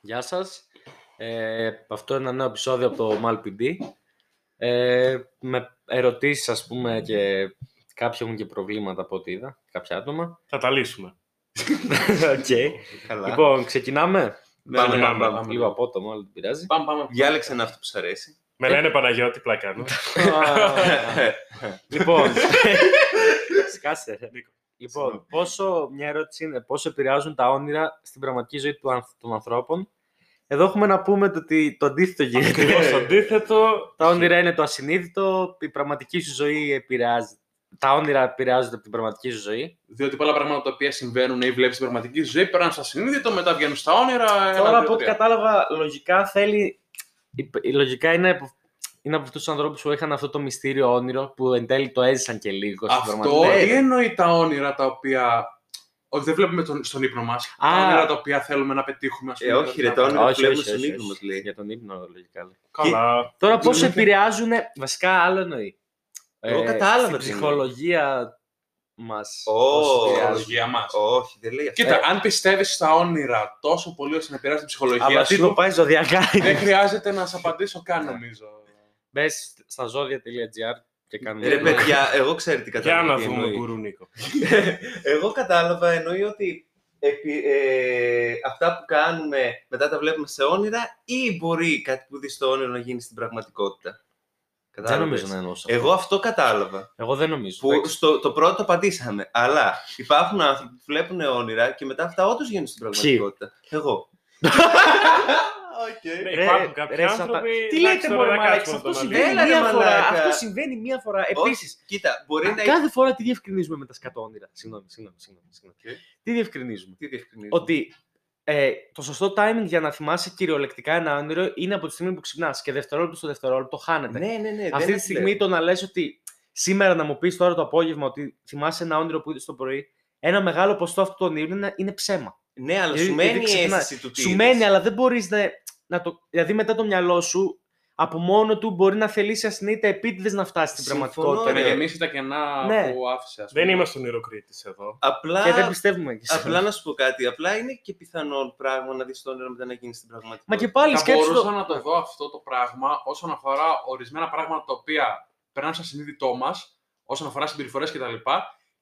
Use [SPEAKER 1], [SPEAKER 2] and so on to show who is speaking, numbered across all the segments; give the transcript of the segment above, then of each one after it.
[SPEAKER 1] Γεια σας. Ε, αυτό είναι ένα νέο επεισόδιο από το MalPD. Ε, με ερωτήσεις, ας πούμε, και κάποιοι έχουν και προβλήματα από ό,τι είδα, κάποια άτομα.
[SPEAKER 2] Θα τα λύσουμε.
[SPEAKER 1] Οκ.
[SPEAKER 3] Καλά.
[SPEAKER 1] Λοιπόν, ξεκινάμε.
[SPEAKER 3] Ναι,
[SPEAKER 2] πάμε,
[SPEAKER 3] ναι,
[SPEAKER 2] πάμε,
[SPEAKER 3] ναι.
[SPEAKER 2] πάμε.
[SPEAKER 1] Λίγο απότομα, αλλά δεν πειράζει.
[SPEAKER 4] Πάμε, πάμε.
[SPEAKER 3] Διάλεξε ένα αυτό που σου αρέσει.
[SPEAKER 2] Με λένε Παναγιώτη, πλάκα κάνω.
[SPEAKER 1] Λοιπόν, σκάσε. ρε.
[SPEAKER 2] Νίκο.
[SPEAKER 1] Λοιπόν, πόσο, μια ερώτηση είναι, πόσο επηρεάζουν τα όνειρα στην πραγματική ζωή του ανθ- των ανθρώπων. Εδώ έχουμε να πούμε το ότι το αντίθετο γίνεται.
[SPEAKER 2] Ακριβώς αντίθετο.
[SPEAKER 1] Τα όνειρα είναι το ασυνείδητο, η πραγματική σου ζωή επηρεάζει. Τα όνειρα επηρεάζονται από την πραγματική σου ζωή.
[SPEAKER 4] Διότι πολλά πράγματα τα οποία συμβαίνουν ή βλέπεις στην πραγματική ζωή περνάνε στα συνείδητο, μετά βγαίνουν στα όνειρα.
[SPEAKER 1] Τώρα από ό,τι
[SPEAKER 4] ποτέ.
[SPEAKER 1] κατάλαβα, λογικά θέλει. Η, η λογικά είναι, από- είναι από αυτούς τους ανθρώπους που είχαν αυτό το μυστήριο όνειρο που εν τέλει το έζησαν και λίγο στην
[SPEAKER 4] Αυτό
[SPEAKER 1] πραγματικότητα.
[SPEAKER 4] τι εννοεί τα όνειρα τα οποία. Ότι δεν βλέπουμε τον, στον ύπνο μας.
[SPEAKER 1] Α.
[SPEAKER 4] Τα όνειρα τα οποία θέλουμε να πετύχουμε, ας πούμε.
[SPEAKER 3] Ε, όχι, ρε, τα όνειρα
[SPEAKER 1] Όχι,
[SPEAKER 3] βλέπουν
[SPEAKER 1] όχι,
[SPEAKER 3] στον
[SPEAKER 1] όχι,
[SPEAKER 3] ύπνο
[SPEAKER 1] όχι.
[SPEAKER 3] μας, λέει.
[SPEAKER 1] Για τον ύπνο, λογικά. λέει.
[SPEAKER 2] Καλά.
[SPEAKER 1] Τώρα πώς
[SPEAKER 4] Λογικά.
[SPEAKER 1] επηρεάζουν. Βασικά, άλλο εννοεί.
[SPEAKER 3] Εγώ κατάλαβα
[SPEAKER 1] Την
[SPEAKER 3] τι εννοεί.
[SPEAKER 1] ψυχολογία μας.
[SPEAKER 3] Ω, Ε,
[SPEAKER 4] ψυχολογία μας.
[SPEAKER 3] Όχι, δεν λέει αυτό.
[SPEAKER 4] Κοίτα, αν πιστεύεις στα όνειρα τόσο πολύ ώστε να επηρεάζει την ψυχολογία
[SPEAKER 1] Αλλά τι το
[SPEAKER 4] σου,
[SPEAKER 1] πάει ζωδιακά.
[SPEAKER 4] δεν χρειάζεται να σε απαντήσω καν, νομίζω.
[SPEAKER 1] Μπες στα ζώδια.gr και κάνουμε.
[SPEAKER 3] Ε, Ρε παιδιά, εγώ ξέρω τι
[SPEAKER 2] ε, Για
[SPEAKER 3] κατάλαβα.
[SPEAKER 2] να
[SPEAKER 3] τι
[SPEAKER 2] δούμε,
[SPEAKER 3] εννοεί.
[SPEAKER 2] γκουρού Νίκο.
[SPEAKER 3] Εγώ κατάλαβα, εννοεί ότι επι- ε, αυτά που κάνουμε μετά τα βλέπουμε σε όνειρα ή μπορεί κάτι που δεις στο όνειρο να γίνει στην πραγματικότητα.
[SPEAKER 1] Δεν
[SPEAKER 3] Κατάλαβες.
[SPEAKER 1] νομίζω να εννοούσα. αυτό.
[SPEAKER 3] Εγώ αυτό κατάλαβα.
[SPEAKER 1] Εγώ δεν νομίζω.
[SPEAKER 3] Που
[SPEAKER 1] Εντάξει.
[SPEAKER 3] στο, το πρώτο απαντήσαμε. Αλλά υπάρχουν άνθρωποι που βλέπουν όνειρα και μετά αυτά όντως γίνουν στην πραγματικότητα. Εγώ. Οκ.
[SPEAKER 2] Ναι,
[SPEAKER 1] Ρε,
[SPEAKER 2] Υπάρχουν
[SPEAKER 1] ρε,
[SPEAKER 2] κάποιοι
[SPEAKER 1] σατα-
[SPEAKER 2] άνθρωποι.
[SPEAKER 1] Τι
[SPEAKER 2] εντάξει,
[SPEAKER 1] λέτε
[SPEAKER 2] τώρα
[SPEAKER 1] μόνο
[SPEAKER 2] να κάτσουμε
[SPEAKER 1] μαλάκι,
[SPEAKER 2] να
[SPEAKER 1] αυτό
[SPEAKER 2] τον
[SPEAKER 1] συμβαίνει
[SPEAKER 3] Έλα, ρε,
[SPEAKER 1] μία φορά.
[SPEAKER 3] μαλάκα.
[SPEAKER 1] Αυτό συμβαίνει μία φορά. Επίση,
[SPEAKER 3] Όχι, Κοίτα, μπορεί να
[SPEAKER 1] κάθε φορά τι διευκρινίζουμε με τα σκατόνυρα. Συγγνώμη, συγγνώμη, συγγνώμη. συγγνώμη.
[SPEAKER 3] Οκ.
[SPEAKER 1] Τι διευκρινίζουμε.
[SPEAKER 3] Τι διευκρινίζουμε.
[SPEAKER 1] Ότι ε, το σωστό timing για να θυμάσαι κυριολεκτικά ένα όνειρο είναι από τη στιγμή που ξυπνάς και δευτερόλεπτο στο δευτερόλεπτο χάνεται.
[SPEAKER 3] Ναι, ναι, ναι.
[SPEAKER 1] Αυτή
[SPEAKER 3] δεν
[SPEAKER 1] τη στιγμή
[SPEAKER 3] λέω.
[SPEAKER 1] το να λες ότι σήμερα να μου πεις τώρα το απόγευμα ότι θυμάσαι ένα όνειρο που είδες το πρωί, ένα μεγάλο ποστό αυτού του όνειρου είναι, είναι ψέμα.
[SPEAKER 3] Ναι, αλλά
[SPEAKER 1] Γιατί-
[SPEAKER 3] σου
[SPEAKER 1] γιατί
[SPEAKER 3] μένει η
[SPEAKER 1] ξυπνά-
[SPEAKER 3] αίσθηση του τι
[SPEAKER 1] Σου
[SPEAKER 3] είδες.
[SPEAKER 1] μένει, αλλά δεν μπορείς να, να το... Δηλαδή μετά το μυαλό σου, από μόνο του μπορεί να θελήσει ασυνείδητα επίτηδες να φτάσει στην
[SPEAKER 3] Συμφωνώ,
[SPEAKER 1] πραγματικότητα.
[SPEAKER 4] Και να
[SPEAKER 3] Ωραία.
[SPEAKER 4] γεμίσει τα κενά
[SPEAKER 1] Ναι.
[SPEAKER 4] που άφησες, ας
[SPEAKER 2] Δεν
[SPEAKER 4] πούμε.
[SPEAKER 2] είμαστε ονειροκρίτης εδώ.
[SPEAKER 3] Απλά,
[SPEAKER 1] Και δεν πιστεύουμε. κι σε αυτό.
[SPEAKER 3] απλά να σου πω κάτι. Απλά είναι και πιθανό πράγμα να δεις το όνειρο μετά να γίνει στην πραγματικότητα.
[SPEAKER 1] Μα και πάλι
[SPEAKER 4] Θα
[SPEAKER 1] σκέψου
[SPEAKER 4] μπορούσα
[SPEAKER 1] το...
[SPEAKER 4] να το δω αυτό το πράγμα όσον αφορά ορισμένα πράγματα τα οποία περνάνε στο συνείδητό μας, όσον αφορά συμπεριφορές κτλ.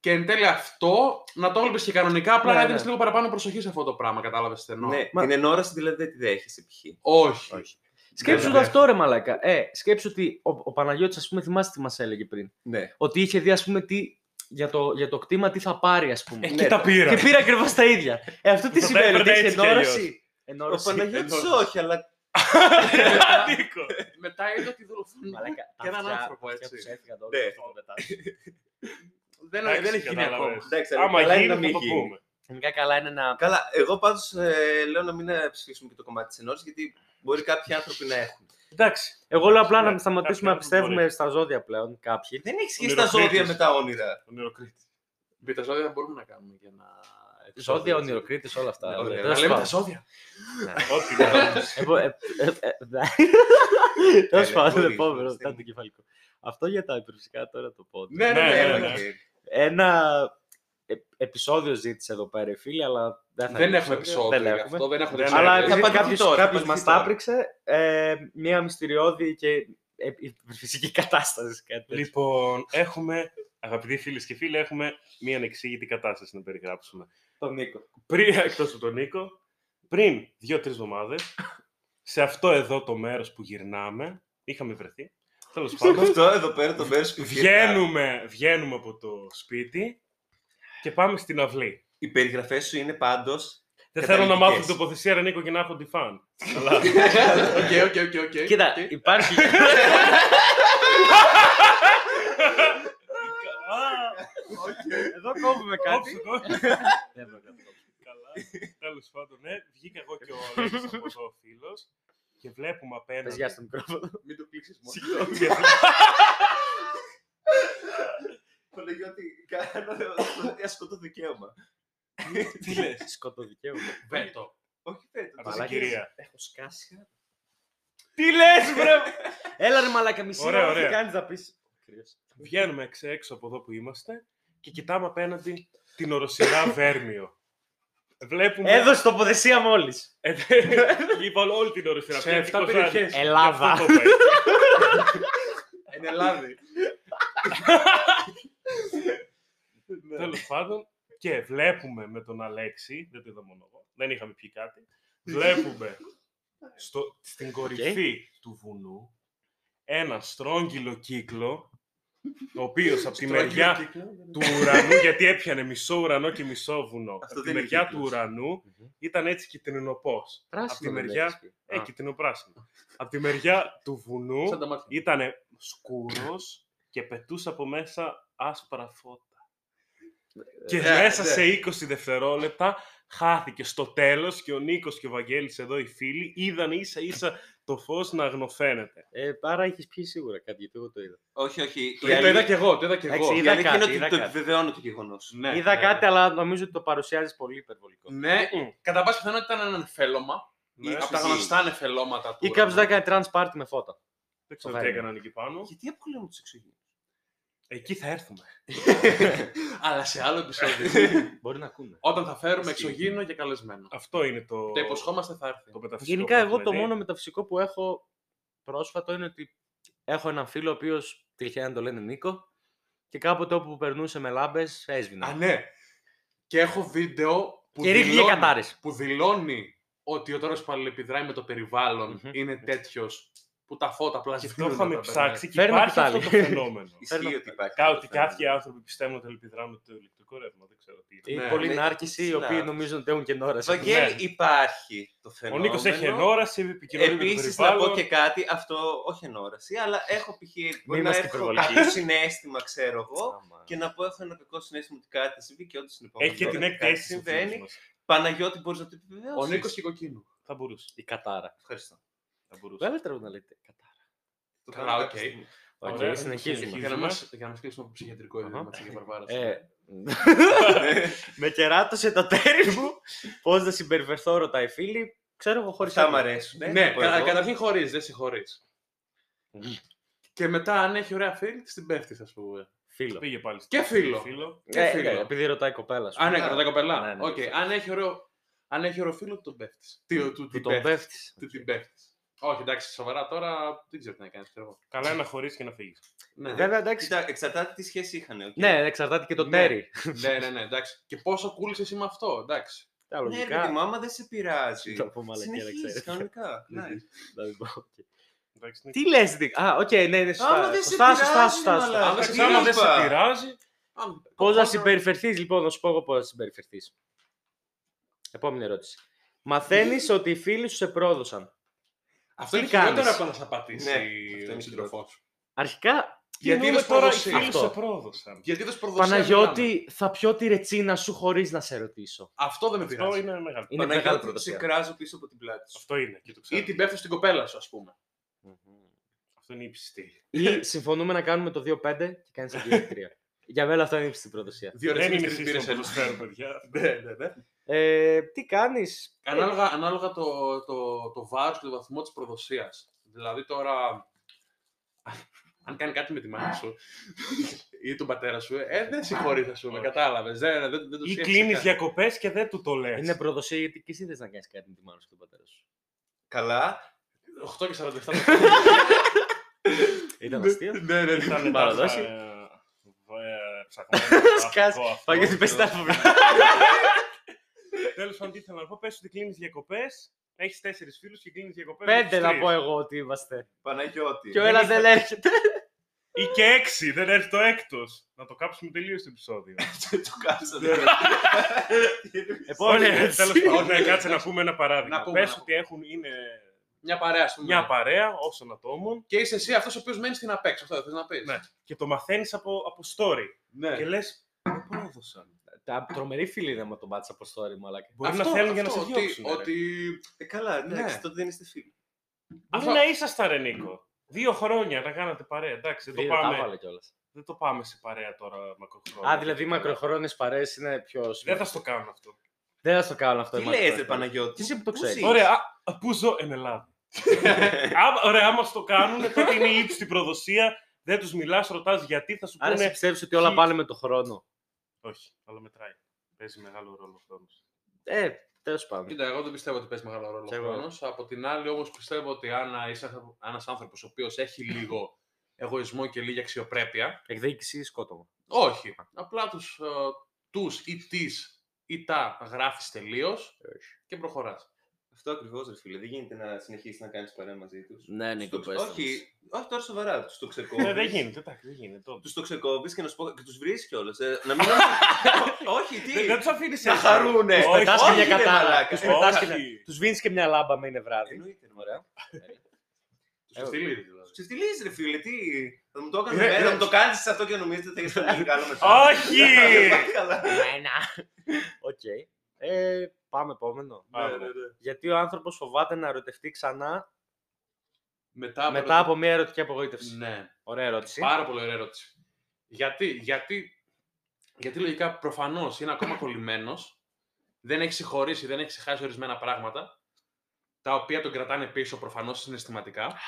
[SPEAKER 4] Και εν τέλει αυτό να το έβλεπες και κανονικά, απλά
[SPEAKER 1] Ναι,
[SPEAKER 4] να
[SPEAKER 1] ναι.
[SPEAKER 4] έδινε λίγο παραπάνω προσοχή σε αυτό το πράγμα, κατάλαβες στενό.
[SPEAKER 3] Ναι,
[SPEAKER 1] Μα-
[SPEAKER 3] την ενόραση δηλαδή δεν τη δέχεσαι π.χ.
[SPEAKER 4] Όχι.
[SPEAKER 1] Σκέψου
[SPEAKER 4] Ναι,
[SPEAKER 1] το
[SPEAKER 4] ναι.
[SPEAKER 1] αυτό ρε μαλάκα. Ε, σκέψου ότι ο, ο Παναγιώτης ας πούμε θυμάσαι τι μας έλεγε πριν.
[SPEAKER 3] Ναι.
[SPEAKER 1] Ότι είχε δει ας πούμε τι, για, το, για το κτήμα τι θα πάρει ας πούμε.
[SPEAKER 2] Εκεί τα πήρα.
[SPEAKER 1] Και πήρα ακριβώς τα ίδια. Ε, αυτό τι
[SPEAKER 2] Τα
[SPEAKER 1] σημαίνει, ότι
[SPEAKER 2] έπαιρνα
[SPEAKER 1] έχει
[SPEAKER 2] έτσι κι
[SPEAKER 1] ενόραση.
[SPEAKER 3] Ο
[SPEAKER 1] Ενόραση.
[SPEAKER 3] Παναγιώτης
[SPEAKER 4] ενόραση.
[SPEAKER 3] όχι, αλλά
[SPEAKER 2] Α, Νίκο.
[SPEAKER 4] Μετά είδα ότι δολοφονούν
[SPEAKER 1] Μαλάκα, τα
[SPEAKER 4] και έναν
[SPEAKER 1] αυτιά-
[SPEAKER 4] άνθρωπο,
[SPEAKER 1] τα αυτιά
[SPEAKER 4] έτσι.
[SPEAKER 1] τους έφυγαν τώρα,
[SPEAKER 3] Ναι.
[SPEAKER 1] αυτό το πετάς.
[SPEAKER 4] Δεν,
[SPEAKER 2] Εντάξει,
[SPEAKER 4] ναι, δεν έχει γίνει
[SPEAKER 2] κατάλαβες.
[SPEAKER 4] ακόμα.
[SPEAKER 3] εντάξει, αλλά
[SPEAKER 2] Άμα
[SPEAKER 3] καλά είναι
[SPEAKER 2] γίνει,
[SPEAKER 3] να
[SPEAKER 2] θα
[SPEAKER 3] μην
[SPEAKER 2] το
[SPEAKER 3] γίνει.
[SPEAKER 2] πούμε.
[SPEAKER 1] Γενικά καλά είναι να.
[SPEAKER 3] Καλά, εγώ πάντως ε, λέω να μην ε, ψηφίσουμε και το κομμάτι της ενόρασης, γιατί μπορεί κάποιοι άνθρωποι να έχουν.
[SPEAKER 2] Εντάξει.
[SPEAKER 1] Εγώ λέω απλά να
[SPEAKER 2] Ναι,
[SPEAKER 1] σταματήσουμε
[SPEAKER 2] κάποια
[SPEAKER 1] να
[SPEAKER 2] άτομα
[SPEAKER 1] πιστεύουμε
[SPEAKER 2] μπορεί.
[SPEAKER 1] στα ζώδια πλέον κάποιοι.
[SPEAKER 3] Δεν έχεις σχέση τα
[SPEAKER 2] Ονειροκρίτης.
[SPEAKER 3] ζώδια με τα όνειρα.
[SPEAKER 2] Ονειροκρίτη.
[SPEAKER 4] Με τα ζώδια μπορούμε να κάνουμε για να.
[SPEAKER 1] Ζώδια, ονειροκρίτε, όλα αυτά.
[SPEAKER 3] Ναι,
[SPEAKER 1] όλα.
[SPEAKER 3] ωραία.
[SPEAKER 1] Τέλος
[SPEAKER 4] Να λέμε τα
[SPEAKER 1] πάντων.
[SPEAKER 4] ζώδια.
[SPEAKER 2] Ό,τι να.
[SPEAKER 1] Εγώ, ε, ε, ε, ναι. Τέλο
[SPEAKER 3] ναι,
[SPEAKER 1] πάντων,
[SPEAKER 3] μπορείς,
[SPEAKER 1] επόμενο,
[SPEAKER 3] μπορείς,
[SPEAKER 1] μετά
[SPEAKER 3] ναι.
[SPEAKER 1] το κεφαλικό. Αυτό για τα υπερφυσικά τώρα το πω.
[SPEAKER 4] Ναι, ναι,
[SPEAKER 2] Ναι,
[SPEAKER 4] ναι.
[SPEAKER 2] ναι,
[SPEAKER 4] ναι.
[SPEAKER 2] ναι.
[SPEAKER 1] Ένα ε, επεισόδιο ζήτησε εδώ πέρα, η φίλη, αλλά δεν, θα
[SPEAKER 4] Δεν
[SPEAKER 1] είναι
[SPEAKER 4] έχουμε επεισόδιο
[SPEAKER 1] Δεν
[SPEAKER 4] γι'
[SPEAKER 1] έχουμε.
[SPEAKER 4] αυτό. Ναι, Δεν έχουμε
[SPEAKER 2] Δεν
[SPEAKER 4] τις
[SPEAKER 2] έχουμε.
[SPEAKER 1] Αλλά
[SPEAKER 4] ώρες.
[SPEAKER 3] θα
[SPEAKER 1] κάποιος,
[SPEAKER 3] απαντηθεί
[SPEAKER 1] κάποιος,
[SPEAKER 3] τώρα, θα
[SPEAKER 1] κάποιος μας
[SPEAKER 3] απαντηθεί
[SPEAKER 1] τα
[SPEAKER 3] τώρα.
[SPEAKER 1] έπρεξε, ε, μία μυστηριώδη και ε, ε, φυσική κατάσταση κάτι τέτοιο.
[SPEAKER 2] Λοιπόν, έχουμε, αγαπητοί φίλοι και φίλοι, έχουμε μία ανεξήγητη κατάσταση να περιγράψουμε.
[SPEAKER 1] Τον Νίκο.
[SPEAKER 2] Πριν, εκτός από τον Νίκο, πριν δύο-τρει εβδομάδες, σε αυτό εδώ το μέρος που γυρνάμε, είχαμε βρεθεί. Τέλος πάντων,
[SPEAKER 3] Αυτό εδώ πέρα το μέρος που βγαίνει.
[SPEAKER 2] βγαίνουμε, βγαίνουμε από το σπίτι και πάμε στην αυλή.
[SPEAKER 3] Οι περιγραφές σου είναι πάντως
[SPEAKER 2] Δεν θέλω να μάθω
[SPEAKER 3] Καταλυτικές.
[SPEAKER 2] την τοποθεσία, ρε Νίκο, και να έχω τη φαν. Αλλά
[SPEAKER 4] Οκ, οκ, οκ, οκ.
[SPEAKER 1] Ε, Κοίτα,
[SPEAKER 4] οκ.
[SPEAKER 1] υπάρχει... Εδώ κόβουμε κάτι.
[SPEAKER 2] κόψου, κόψου.
[SPEAKER 1] Δεν πρέπει να το κόψουμε.
[SPEAKER 2] Καλά. Τέλος πάντων, ναι, βγήκα εγώ και ο Αλέξης από εδώ, ο φίλος, και βλέπουμε
[SPEAKER 1] Πες
[SPEAKER 2] απέναντι.
[SPEAKER 1] γεια στο μικρόφωνο.
[SPEAKER 4] Μην το κλείσεις μόνο.
[SPEAKER 3] Παναγιώτη, κάνω ασκώ το δικαίωμα.
[SPEAKER 2] Τι
[SPEAKER 4] Ε.
[SPEAKER 2] λες,
[SPEAKER 1] Σκότω δικαίωμα.
[SPEAKER 4] Βέτο.
[SPEAKER 3] Όχι πέτω.
[SPEAKER 2] από την
[SPEAKER 1] Μαλάκες.
[SPEAKER 2] κυρία.
[SPEAKER 1] Έχω σκάσει.
[SPEAKER 2] Τι λες, βρε!
[SPEAKER 1] Έλα ρε μαλάκα, μισή
[SPEAKER 2] Ωραία,
[SPEAKER 1] ώρα τι
[SPEAKER 2] ωραία.
[SPEAKER 1] κάνεις να πεις. Κρύος.
[SPEAKER 2] Βγαίνουμε εξ- έξω από εδώ που είμαστε και κοιτάμε απέναντι την οροσυρά Βέρμιο. Βλέπουμε.
[SPEAKER 1] Έδωσε τοποθεσία μόλις.
[SPEAKER 2] Ε, λοιπόν, όλη την ώρα στην
[SPEAKER 4] Σε
[SPEAKER 2] Αθήνα,
[SPEAKER 4] εφτά
[SPEAKER 2] στην Κοζάνη.
[SPEAKER 4] περιοχές.
[SPEAKER 1] Ελλάδα.
[SPEAKER 2] Αυτό το είπα.
[SPEAKER 4] Εν Ελλάδη.
[SPEAKER 2] Τέλος πάντων, και βλέπουμε με τον Αλέξη, δεν το είδα μόνο εγώ, δεν είχαμε πει κάτι. Βλέπουμε στο, στην κορυφή του βουνού ένα στρόγγυλο κύκλο, ο οποίος από τη μεριά του ουρανού, γιατί έπιανε μισό ουρανό και μισό βουνό. από τη
[SPEAKER 3] δεν είναι
[SPEAKER 2] μεριά του
[SPEAKER 3] κύκλος.
[SPEAKER 2] ουρανού
[SPEAKER 5] Μμμ.
[SPEAKER 2] ήταν έτσι κυτρινοπό. Απ' τη
[SPEAKER 5] Πράσινο
[SPEAKER 2] μεριά- Ε,
[SPEAKER 5] Α.
[SPEAKER 2] κυτρινοπράσινο. από τη μεριά του βουνού
[SPEAKER 4] Σαν τα μάτια.
[SPEAKER 2] ήταν σκούρος και πετούσε από μέσα άσπρα φώτα. Και
[SPEAKER 4] ναι,
[SPEAKER 2] μέσα
[SPEAKER 4] ναι.
[SPEAKER 2] σε 20 δευτερόλεπτα χάθηκε στο τέλος και ο Νίκος και ο Βαγγέλης εδώ οι φίλοι είδαν ίσα ίσα το φως να αγνοφαίνεται.
[SPEAKER 5] Ε, άρα έχεις πιει σίγουρα κάτι, γιατί εγώ το είδα.
[SPEAKER 3] Όχι, όχι.
[SPEAKER 4] Το είδα και εγώ, το είδα και εγώ.
[SPEAKER 1] Εντάξει,
[SPEAKER 3] Η
[SPEAKER 1] Είδα
[SPEAKER 3] αλήθεια
[SPEAKER 1] κάτι,
[SPEAKER 3] είναι ότι
[SPEAKER 1] είδα
[SPEAKER 3] το
[SPEAKER 1] κάτι.
[SPEAKER 3] επιβεβαιώνω το γεγονός.
[SPEAKER 4] Ναι,
[SPEAKER 1] Είδα
[SPEAKER 4] ναι.
[SPEAKER 1] κάτι, αλλά νομίζω ότι το παρουσιάζεις πολύ υπερβολικό.
[SPEAKER 4] Ναι,
[SPEAKER 2] Μμμ.
[SPEAKER 4] κατά πάση πιθανότητα ήταν ένα εμφέλωμα.
[SPEAKER 2] Ναι.
[SPEAKER 4] Από τα γνωστά νεφελώματα του.
[SPEAKER 1] Ή κάποιος δεν έκανε trans party με φώτα.
[SPEAKER 2] Δεν ξέρω τι έκαναν εκεί πάνω.
[SPEAKER 3] Γιατί αποκαλούμε του εξωγήνου.
[SPEAKER 2] Εκεί θα έρθουμε.
[SPEAKER 4] Αλλά σε άλλο επεισόδιο.
[SPEAKER 5] Μπορεί να ακούνε.
[SPEAKER 4] Όταν θα φέρουμε εξωγήινο και καλεσμένο.
[SPEAKER 2] Αυτό είναι το...
[SPEAKER 4] Το υποσχόμαστε θα έρθει.
[SPEAKER 2] Το μεταφυσικό
[SPEAKER 1] Γενικά,
[SPEAKER 2] που
[SPEAKER 1] εγώ
[SPEAKER 2] έχουμε
[SPEAKER 1] το
[SPEAKER 2] δει.
[SPEAKER 1] μόνο μεταφυσικό που έχω πρόσφατο είναι ότι έχω έναν φίλο ο οποίος τυχαία να το λένε Νίκο και κάποτε όπου περνούσε με λάμπες
[SPEAKER 4] Α,
[SPEAKER 1] έσβηνε.
[SPEAKER 4] ναι. Και έχω βίντεο που
[SPEAKER 1] Και ρίχνει
[SPEAKER 4] δηλώνει-
[SPEAKER 1] κατάρες.
[SPEAKER 4] που δηλώνει ότι ο τρόπο που αλληλεπιδράει με το περιβάλλον
[SPEAKER 1] Μμμ.
[SPEAKER 4] είναι τέτοιος που τα φώτα απλά
[SPEAKER 2] Και αυτό
[SPEAKER 4] σβήνουν
[SPEAKER 2] είχαμε
[SPEAKER 4] όταν περνάει.
[SPEAKER 2] ψάξει και
[SPEAKER 1] Φέρνω
[SPEAKER 2] υπάρχει
[SPEAKER 1] κουτάλι.
[SPEAKER 2] αυτό το φαινόμενο.
[SPEAKER 3] Ισχύει ότι υπάρχει.
[SPEAKER 2] Κάτι
[SPEAKER 3] αυτό το
[SPEAKER 2] κάποιοι άνθρωποι πιστεύουν ότι ελπιδράμε το ηλεκτρικό ρεύμα. Δεν ξέρω τι είναι.
[SPEAKER 1] Είναι
[SPEAKER 4] Ναι,
[SPEAKER 1] πολλοί
[SPEAKER 3] ναι,
[SPEAKER 1] νάρκησοι οι
[SPEAKER 3] συνάδελφοι.
[SPEAKER 1] οποίοι νομίζουν ότι έχουν και νόρα.
[SPEAKER 3] φαινόμενο. Βαγγέλη, υπάρχει το
[SPEAKER 2] Ο
[SPEAKER 3] φαινόμενο.
[SPEAKER 2] Νίκος έχει ενόραση, επικοινωνεί με το
[SPEAKER 3] Επίσης, να πω
[SPEAKER 2] περιβάλλον.
[SPEAKER 3] και κάτι, αυτό όχι ενόραση, αλλά έχω π.χ. μπορεί να
[SPEAKER 1] είμαστε
[SPEAKER 3] έχω
[SPEAKER 1] υπερβολικοί.
[SPEAKER 3] κακό συνέστημα, ξέρω
[SPEAKER 1] Ναι.
[SPEAKER 3] εγώ, και να πω έχω ένα κακό συνέστημα ότι κάτι συμβεί και όντως είναι
[SPEAKER 2] Έχει και την έκθεση.
[SPEAKER 3] Συμβαίνει. Παναγιώτη, μπορείς να το επιβεβαιώσεις.
[SPEAKER 4] Ο Νίκος και κοκκίνου.
[SPEAKER 2] Θα μπορούσε.
[SPEAKER 1] Η κατάρα.
[SPEAKER 3] Ευχαριστώ.
[SPEAKER 2] Θα μπορούσε.
[SPEAKER 1] Δεν τρέχουν να λέτε κατάρα.
[SPEAKER 3] Το
[SPEAKER 4] Καλά,
[SPEAKER 3] κάνω
[SPEAKER 4] οκ.
[SPEAKER 3] κάποια στιγμή.
[SPEAKER 2] Ωραία,
[SPEAKER 1] Οκ,
[SPEAKER 2] δεν το
[SPEAKER 1] συνεχίζουμε.
[SPEAKER 2] συνεχίζουμε.
[SPEAKER 4] Για να μας- για να μας κλείσουμε από ψυχιατρικό
[SPEAKER 1] Αχα.
[SPEAKER 4] έδωμα τη Βαρβάρα.
[SPEAKER 1] Ε, με κεράτωσε το τέρι μου. Πώς να συμπεριφερθώ, ρωτάει η φίλη. Ξέρω εγώ χωρίς
[SPEAKER 3] Αυτά μ' αρέσουν.
[SPEAKER 4] Ναι, κα- καταρχήν χωρίς, δεν συγχωρεί. Και μετά, αν έχει ωραία φίλη, της την πέφτεις, ας πούμε.
[SPEAKER 1] Φίλο.
[SPEAKER 2] Πήγε πάλι. στο
[SPEAKER 4] Και φίλο.
[SPEAKER 2] φίλο.
[SPEAKER 4] Και
[SPEAKER 1] Ε,
[SPEAKER 4] φίλο.
[SPEAKER 1] ε, επειδή ρωτάει η κοπέλα.
[SPEAKER 4] Αν έχει
[SPEAKER 3] Ναι.
[SPEAKER 4] ρωτάει κοπελά.
[SPEAKER 1] Ναι, ναι,
[SPEAKER 4] Οκ,
[SPEAKER 1] ναι.
[SPEAKER 4] Αν έχει ωραίο, αν έχει ωραίο φίλο, τον πέφτεις. Τι, του,
[SPEAKER 1] Που
[SPEAKER 4] την
[SPEAKER 1] τον
[SPEAKER 4] πέφτεις.
[SPEAKER 1] πέφτεις.
[SPEAKER 4] Του την πέφτεις. Όχι, εντάξει, σοβαρά τώρα δεν ξέρω τι να κάνεις.
[SPEAKER 2] Καλά να χωρίς και να φύγεις.
[SPEAKER 4] Ναι, ναι,
[SPEAKER 1] Βέβαια, εντάξει.
[SPEAKER 3] Κοίτα, εξαρτάται τι σχέση είχαν. οκ.
[SPEAKER 1] Ναι, εξαρτάται και το
[SPEAKER 4] Ναι.
[SPEAKER 1] τέρι.
[SPEAKER 4] ναι, ναι, ναι, εντάξει. Και πόσο κούλησε εσύ με αυτό, εντάξει.
[SPEAKER 1] Τα
[SPEAKER 3] Ναι, ρε παιδί
[SPEAKER 1] λογικά.
[SPEAKER 3] μου, άμα δεν σε πειράζει.
[SPEAKER 1] Το πω μαλακία, δεν
[SPEAKER 3] Συνεχίζεις
[SPEAKER 1] ξέρω.
[SPEAKER 3] κανονικά. Ναι.
[SPEAKER 1] Να μην πω, οκ.
[SPEAKER 2] Εντάξει, ναι.
[SPEAKER 1] Τι λες, Νίκ. Α, οκ, ναι, ναι,
[SPEAKER 3] Άμα
[SPEAKER 1] σωστά.
[SPEAKER 3] δεν σε
[SPEAKER 1] Σωστά, σωστά,
[SPEAKER 3] πειράζει,
[SPEAKER 1] σωστά.
[SPEAKER 3] ρε
[SPEAKER 1] σωστά.
[SPEAKER 3] μαλάκα.
[SPEAKER 4] Άμα σε
[SPEAKER 2] Εντάξει, άμα δεν σε
[SPEAKER 3] είπα.
[SPEAKER 2] πειράζει.
[SPEAKER 4] Αν-
[SPEAKER 1] Πώ να
[SPEAKER 4] Οπότε-
[SPEAKER 1] συμπεριφερθείς, λοιπόν, να σου πω εγώ πώς να συμπεριφερθείς. Επόμενη ερώτηση.
[SPEAKER 3] Ναι.
[SPEAKER 1] Μαθαίνεις ότι οι φίλοι σου σε πρόδωσαν.
[SPEAKER 4] Αυτό
[SPEAKER 1] Τι
[SPEAKER 4] είναι χειρότερο
[SPEAKER 1] κάνεις?
[SPEAKER 4] από να σε
[SPEAKER 3] Ναι,
[SPEAKER 4] απατήσει
[SPEAKER 3] αυτό
[SPEAKER 4] ο
[SPEAKER 3] είναι
[SPEAKER 4] σύντροφό σου.
[SPEAKER 1] Αρχικά,
[SPEAKER 4] Γιατί
[SPEAKER 2] Εννοούμε
[SPEAKER 4] είδες
[SPEAKER 2] τώρα οι
[SPEAKER 4] προδοσία.
[SPEAKER 2] φίλοι
[SPEAKER 1] Αυτό.
[SPEAKER 2] σε πρόδωσαν.
[SPEAKER 4] Γιατί δεν προδοσία. μιλάμε.
[SPEAKER 1] Παναγιώτη, θα πιω τη ρετσίνα σου χωρίς να σε ρωτήσω.
[SPEAKER 4] Αυτό δεν με
[SPEAKER 2] Αυτό
[SPEAKER 4] πειράζει.
[SPEAKER 2] είναι μεγάλο.
[SPEAKER 1] Είναι μεγάλη
[SPEAKER 3] Παναγιώτη, σε
[SPEAKER 1] προδοσία.
[SPEAKER 3] κράζω πίσω από την πλάτη σου.
[SPEAKER 2] Αυτό είναι και το
[SPEAKER 4] Ή
[SPEAKER 2] ξέρω.
[SPEAKER 4] την πέφτω στην κοπέλα σου, ας πούμε.
[SPEAKER 2] Αυτό είναι υψηλή.
[SPEAKER 1] Ή συμφωνούμε να κάνουμε το 2-5 και κάνεις το 2-3. Για μένα αυτό είναι ύψιστη προδοσίας.
[SPEAKER 4] Δύο
[SPEAKER 2] Δεν
[SPEAKER 4] ρετσίνες,
[SPEAKER 2] είναι
[SPEAKER 4] τρεις πύρες
[SPEAKER 2] σύστημα που τους
[SPEAKER 4] ένωση.
[SPEAKER 2] φέρω, παιδιά.
[SPEAKER 4] Ναι, ναι, ναι.
[SPEAKER 1] Ε, τι Ε, κάνεις.
[SPEAKER 4] Ανάλογα, ανάλογα το, το, το βάρος και το βαθμό της προδοσίας. Δηλαδή τώρα, αν κάνει κάτι με τη μάνα σου ή τον πατέρα σου, ε, δεν συγχωρείς, ας πούμε,
[SPEAKER 2] Όχι.
[SPEAKER 4] κατάλαβες. Δεν, δεν, δεν το
[SPEAKER 2] Ή
[SPEAKER 4] σκέφτεσαι
[SPEAKER 2] κλείνεις
[SPEAKER 4] καν.
[SPEAKER 2] διακοπές και δεν του το λες.
[SPEAKER 1] Είναι προδοσία γιατί και εσύ δεν να κάνεις κάτι με τη μάνα σου και τον πατέρα σου.
[SPEAKER 3] Καλά.
[SPEAKER 4] 8 και 47
[SPEAKER 1] Ήταν αστείο.
[SPEAKER 4] Ναι, ναι, ναι.
[SPEAKER 2] Ήταν ε,
[SPEAKER 1] παραδόση. Σκάς.
[SPEAKER 2] Σκάσει.
[SPEAKER 1] Παγιώτη, πες τα φοβερά.
[SPEAKER 2] Τέλος πάντων, τι ήθελα να πω, πες ότι κλείνεις διακοπές. Έχεις τέσσερις φίλους και κλείνεις διακοπές.
[SPEAKER 1] Πέντε να πω εγώ ότι είμαστε.
[SPEAKER 3] Ναι. Παναγιώτη.
[SPEAKER 1] Και ο ένας δεν έρχεται.
[SPEAKER 2] Ή και έξι, δεν έρθει το έκτος. Να το κάψουμε τελείως το επεισόδιο.
[SPEAKER 3] Το κάψατε.
[SPEAKER 1] Επόμενη
[SPEAKER 2] τέλος πάντων,
[SPEAKER 1] ερώτηση.
[SPEAKER 2] ναι, κάτσε να πούμε ένα παράδειγμα.
[SPEAKER 4] Να πούμε, Ναι.
[SPEAKER 2] Πες
[SPEAKER 4] να
[SPEAKER 2] ότι έχουν, είναι
[SPEAKER 4] Μια παρέα, ας πούμε.
[SPEAKER 2] μια παρέα όσων ατόμων
[SPEAKER 4] Και είσαι εσύ αυτός ο οποίος μένει στην απέξω. Αυτό θες να πεις.
[SPEAKER 2] Ναι. και το μαθαίνεις από, από story.
[SPEAKER 4] Ναι.
[SPEAKER 2] Και λες, «Με πρόδωσαν.
[SPEAKER 1] Τα τρομερή φίλη είναι με τον πάτσα από story, μαλάκα.
[SPEAKER 2] Μπορεί να
[SPEAKER 4] Αυτό-
[SPEAKER 2] θέλουν για να
[SPEAKER 4] αυτό,
[SPEAKER 2] σε
[SPEAKER 4] ότι-
[SPEAKER 2] διώξουν. ρε.
[SPEAKER 4] Ότι
[SPEAKER 3] Ε, Καλά, εντάξει,
[SPEAKER 4] Ναι.
[SPEAKER 3] τότε δεν είστε φίλοι.
[SPEAKER 2] Αφού να ήσασταν, ρε Νίκο. Δύο χρόνια να κάνατε παρέα. Εντάξει, δεν
[SPEAKER 1] Δύο
[SPEAKER 2] το,
[SPEAKER 1] τα
[SPEAKER 2] πάμε,
[SPEAKER 1] βάλε κιόλας.
[SPEAKER 2] δεν το πάμε σε παρέα τώρα μακροχρόνια.
[SPEAKER 1] Α, δηλαδή οι μακροχρόνιες παρέες είναι πιο.
[SPEAKER 2] Δεν θα στο κάνω αυτό.
[SPEAKER 1] Δεν θα στο κάνω αυτό.
[SPEAKER 3] Τι
[SPEAKER 1] οι
[SPEAKER 3] λες, ρε
[SPEAKER 1] μακροχρόνιες.
[SPEAKER 3] Παναγιώτη.
[SPEAKER 1] Εσύ που το
[SPEAKER 3] Πού
[SPEAKER 1] ξέρεις.
[SPEAKER 3] είσαι?
[SPEAKER 2] Ωραία, α- α, πού ζω εν Ελλάδα. άμα, ωραία, άμα στο κάνουν, τότε είναι η ύψιστη προδοσία. Δεν τους μιλάς, ρωτάς γιατί, θα σου
[SPEAKER 1] Άρα
[SPEAKER 2] πούνε.
[SPEAKER 1] εσύ πιστεύεις ότι όλα
[SPEAKER 2] Χι.
[SPEAKER 1] πάνε με το χρόνο.
[SPEAKER 2] Όχι, αλλά μετράει. Παίζει μεγάλο ρόλο ο χρόνος.
[SPEAKER 5] Ε, τέλος πάντων.
[SPEAKER 4] Κοίτα, εγώ δεν πιστεύω ότι παίζει μεγάλο ρόλο
[SPEAKER 5] Κι
[SPEAKER 4] ο
[SPEAKER 5] εγώ.
[SPEAKER 4] χρόνος. Από την άλλη, όμως, πιστεύω ότι αν είσαι ένας άνθρωπος ο οποίος έχει λίγο εγωισμό και λίγη αξιοπρέπεια.
[SPEAKER 5] Εκδίκηση ή σκότωμα.
[SPEAKER 4] Όχι. Απλά τους τους ή τις ή τα γράφεις τελείως και προχωράς.
[SPEAKER 3] Αυτό ακριβώς, ρε φίλε. Δεν γίνεται να συνεχίσεις να κάνεις παρέα μαζί τους.
[SPEAKER 1] Ναι, Νίκο, πες τα μας.
[SPEAKER 3] Όχι, όχι τώρα σοβαρά. Τους το
[SPEAKER 2] Ναι, δεν
[SPEAKER 3] ξεκόβεις.
[SPEAKER 2] γίνεται, εντάξει, δεν γίνεται. όντως.
[SPEAKER 3] Τους το ξεκόβεις και να σου πω και τους βρεις κιόλας. ε, Να μην. Όχι, τι.
[SPEAKER 2] Δεν τους αφήνεις
[SPEAKER 3] Να χαρούνε.
[SPEAKER 1] Ναι.
[SPEAKER 2] Τους πετάς και
[SPEAKER 3] Ναι, Όχι,
[SPEAKER 2] μια
[SPEAKER 3] ρε
[SPEAKER 1] κατάρα.
[SPEAKER 3] μαλάκα.
[SPEAKER 1] Τους πετάς και
[SPEAKER 2] Όχι.
[SPEAKER 1] μια- Τους βίνεις και μια λάμπα με είναι βράδυ.
[SPEAKER 3] Εννοείται, ρε μωρά.
[SPEAKER 4] Του στυλίδι δηλαδή.
[SPEAKER 3] Σε τι λες, ρε φίλε, τι. Θα μου το έκανες
[SPEAKER 2] Ρε,
[SPEAKER 3] εμένα,
[SPEAKER 2] ρε.
[SPEAKER 3] θα μου το κάνεις αυτό και νομίζετε ότι θα είσαι καλό με
[SPEAKER 2] Όχι!
[SPEAKER 1] Εμένα. Οκ. Ε, πάμε επόμενο. Ε,
[SPEAKER 2] Πάμε.
[SPEAKER 3] ναι,
[SPEAKER 1] Γιατί ο άνθρωπος φοβάται να ερωτευτεί ξανά
[SPEAKER 4] Μετά από.
[SPEAKER 1] μετά από μια ερωτική απογοήτευση.
[SPEAKER 4] Ναι.
[SPEAKER 1] Ωραία ερώτηση.
[SPEAKER 4] Πάρα πολύ ωραία ερώτηση. Γιατί, γιατί, γιατί λογικά προφανώς είναι ακόμα κολλημένος, δεν έχει συγχωρήσει, δεν έχει ξεχάσει ορισμένα πράγματα, τα οποία τον κρατάνε πίσω προφανώς συναισθηματικά.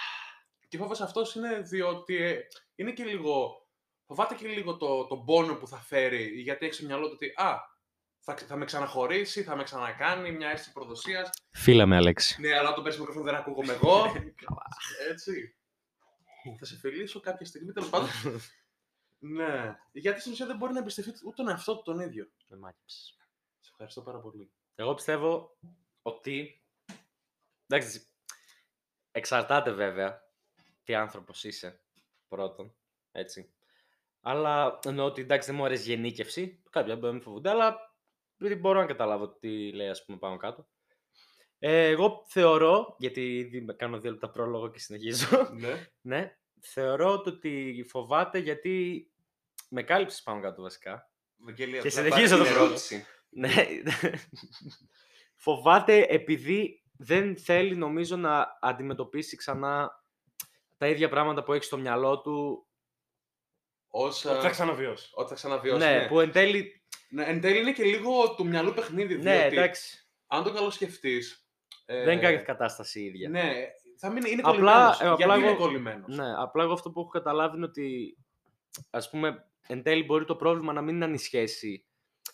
[SPEAKER 4] Και φόβος αυτός είναι διότι ε, είναι και λίγο. Φοβάται και λίγο το, τον πόνο που θα φέρει, γιατί έχει στο μυαλό του ότι α, θα, θα με ξαναχωρήσει, θα με ξανακάνει μια αίσθηση προδοσίας.
[SPEAKER 1] Φίλα με, Αλέξη.
[SPEAKER 4] Ναι, αλλά όταν παίρνει μικρόφωνο δεν ακούγομαι εγώ. Έτσι. Θα σε φιλήσω κάποια στιγμή, τέλος πάντων. ναι. Γιατί στην ουσία δεν μπορεί να εμπιστευτεί ούτε τον εαυτό του τον ίδιο.
[SPEAKER 1] Με μάκεψες.
[SPEAKER 4] Σε ευχαριστώ πάρα πολύ.
[SPEAKER 1] Εγώ πιστεύω ότι. Εντάξει. Εξαρτάται βέβαια τι άνθρωπος είσαι πρώτον. Έτσι. Αλλά εννοώ ότι εντάξει δεν μου αρέσει γενίκευση. Κάποια μπορεί να με φοβούνται, αλλά δεν μπορώ να καταλάβω τι λέει, ας πούμε, πάνω κάτω. Ε, εγώ θεωρώ, γιατί ήδη με- κάνω δύο λεπτά πρόλογο και συνεχίζω.
[SPEAKER 4] ναι.
[SPEAKER 1] ναι, θεωρώ το ότι φοβάται γιατί με κάλυψες πάνω κάτω βασικά.
[SPEAKER 3] Βαγγελία,
[SPEAKER 1] Και
[SPEAKER 3] Ε, απλά
[SPEAKER 1] συνεχίζω
[SPEAKER 3] πάρε
[SPEAKER 1] το
[SPEAKER 3] την
[SPEAKER 1] φω-
[SPEAKER 3] ερώτηση.
[SPEAKER 1] Ναι. Φοβάται επειδή δεν θέλει νομίζω να αντιμετωπίσει ξανά τα ίδια πράγματα που έχει στο μυαλό του.
[SPEAKER 4] Όσα.
[SPEAKER 2] Θα ξαναβιώσει.
[SPEAKER 4] Όταν θα ξαναβιώσει.
[SPEAKER 1] ναι,
[SPEAKER 4] Ναι,
[SPEAKER 1] που εν τέλει.
[SPEAKER 4] Ναι, εν τέλει είναι και λίγο του μυαλού παιχνίδι.
[SPEAKER 1] Ναι,
[SPEAKER 4] διότι
[SPEAKER 1] εντάξει.
[SPEAKER 4] Αν το καλώ σκεφτεί. Ε,
[SPEAKER 1] δεν είναι κάθε κατάσταση η ίδια.
[SPEAKER 4] Ναι, θα μείνει. Είναι
[SPEAKER 1] Απλά-
[SPEAKER 4] κολλημένος.
[SPEAKER 1] ε, απλά
[SPEAKER 4] Γιατί είναι
[SPEAKER 1] εγώ-
[SPEAKER 4] κολλημένος.
[SPEAKER 1] Ναι, απλά εγώ αυτό που έχω καταλάβει είναι ότι ας πούμε εν τέλει μπορεί το πρόβλημα να μην είναι αν η σχέση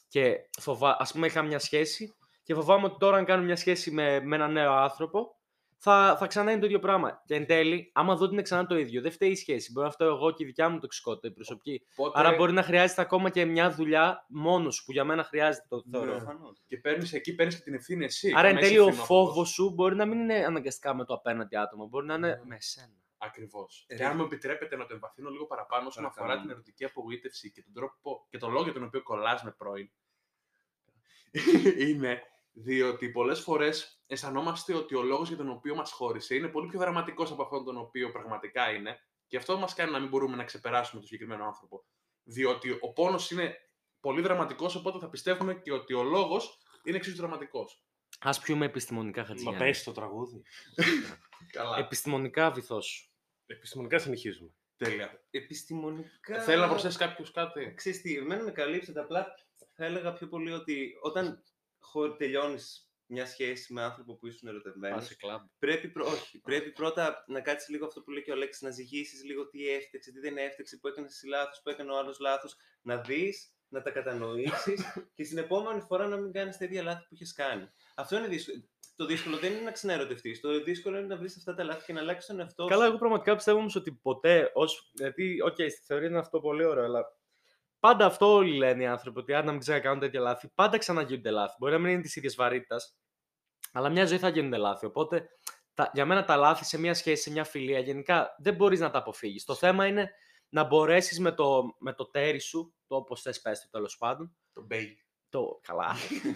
[SPEAKER 1] και φοβά, ας πούμε είχα μια σχέση και φοβάμαι ότι τώρα αν κάνω μια σχέση με, με έναν νέο άνθρωπο θα, θα ξανά είναι το ίδιο πράγμα. Και εν τέλει, άμα δω ότι είναι ξανά το ίδιο, δεν φταίει η σχέση. Μπορεί να φταίω εγώ και η δικιά μου τοξικότητα, η προσωπική.
[SPEAKER 4] Οπότε
[SPEAKER 1] Άρα μπορεί να χρειάζεται ακόμα και μια δουλειά μόνος σου, που για μένα χρειάζεται το θεωρώ.
[SPEAKER 4] Ναι. Και παίρνεις εκεί, παίρνεις και την ευθύνη εσύ.
[SPEAKER 1] Άρα εν
[SPEAKER 4] Κανένα
[SPEAKER 1] τέλει ο
[SPEAKER 4] ευθύνη αυτός.
[SPEAKER 1] φόβο σου μπορεί να μην είναι αναγκαστικά με το απέναντι άτομο, μπορεί να είναι
[SPEAKER 4] Ναι.
[SPEAKER 1] με σένα.
[SPEAKER 4] Ακριβώς.
[SPEAKER 3] Ε,
[SPEAKER 4] Και αν μου επιτρέπετε να το εμβαθύνω λίγο παραπάνω όσον
[SPEAKER 3] Παρακαλώ.
[SPEAKER 4] αφορά την ερωτική απογοήτευση και τον τρόπο και τον λόγο για τον οποίο κολλάς με πρώην, είναι διότι πολλές φορές αισθανόμαστε ότι ο λόγος για τον οποίο μας χώρισε είναι πολύ πιο δραματικός από αυτόν τον οποίο πραγματικά είναι. Και αυτό μας κάνει να μην μπορούμε να ξεπεράσουμε τον συγκεκριμένο άνθρωπο. Διότι ο πόνος είναι πολύ δραματικός, οπότε θα πιστεύουμε και ότι ο λόγος είναι εξίσου δραματικός.
[SPEAKER 1] Ας πιούμε επιστημονικά
[SPEAKER 2] Μα
[SPEAKER 1] χατζηγιάννη.
[SPEAKER 2] πέσει το τραγούδι.
[SPEAKER 4] Καλά.
[SPEAKER 1] Ε, Επιστημονικά βυθός.
[SPEAKER 2] Επιστημονικά συνεχίζουμε.
[SPEAKER 4] τέλεια.
[SPEAKER 3] Επιστημονικά.
[SPEAKER 4] Θέλω να προσθέσεις κάποιος κάτι.
[SPEAKER 3] Ξέρεις τι, εμένα με καλύψατε. Απλά θα έλεγα πιο πολύ ότι όταν χω- τελειώνεις μια σχέση με άνθρωπο που ήσουν ερωτευμένος,
[SPEAKER 1] κλαμπ.
[SPEAKER 3] πρέπει, πρω- όχι, πρέπει πρώτα να κάτσεις λίγο αυτό που λέει και ο Αλέξης, να ζυγίσεις λίγο τι έφτεξε, τι δεν έφτεξε, που έκανες εσύ λάθος, που έκανε ο άλλος λάθος, να δεις, να τα κατανοήσεις και στην επόμενη φορά να μην κάνεις τα ίδια λάθη που είχες κάνει. Αυτό είναι δύσκολο. Το δύσκολο δεν είναι να ξαναερωτευτείς, το δύσκολο είναι να βρεις αυτά τα λάθη και να αλλάξεις τον εαυτό σου.
[SPEAKER 1] Καλά, εγώ πραγματικά πιστεύω όμως ότι ποτέ. Ως... Γιατί, οκ, στη θεωρία είναι αυτό πολύ ωραίο, αλλά πάντα αυτό όλοι λένε οι άνθρωποι ότι αν να μην ξανακάνουν τέτοια λάθη, πάντα ξαναγίνονται λάθη. Μπορεί να μην είναι της ίδιας βαρύτητας, αλλά μια ζωή θα γίνονται λάθη. Οπότε τα... για μένα τα λάθη σε μια σχέση, σε μια φιλία, γενικά δεν μπορείς να τα αποφύγεις. Το θέμα είναι να μπορέσεις με το, με το τέρι σου, το όπως θες, πες το τέλος πάντων,
[SPEAKER 4] Το bait.
[SPEAKER 1] το καλά.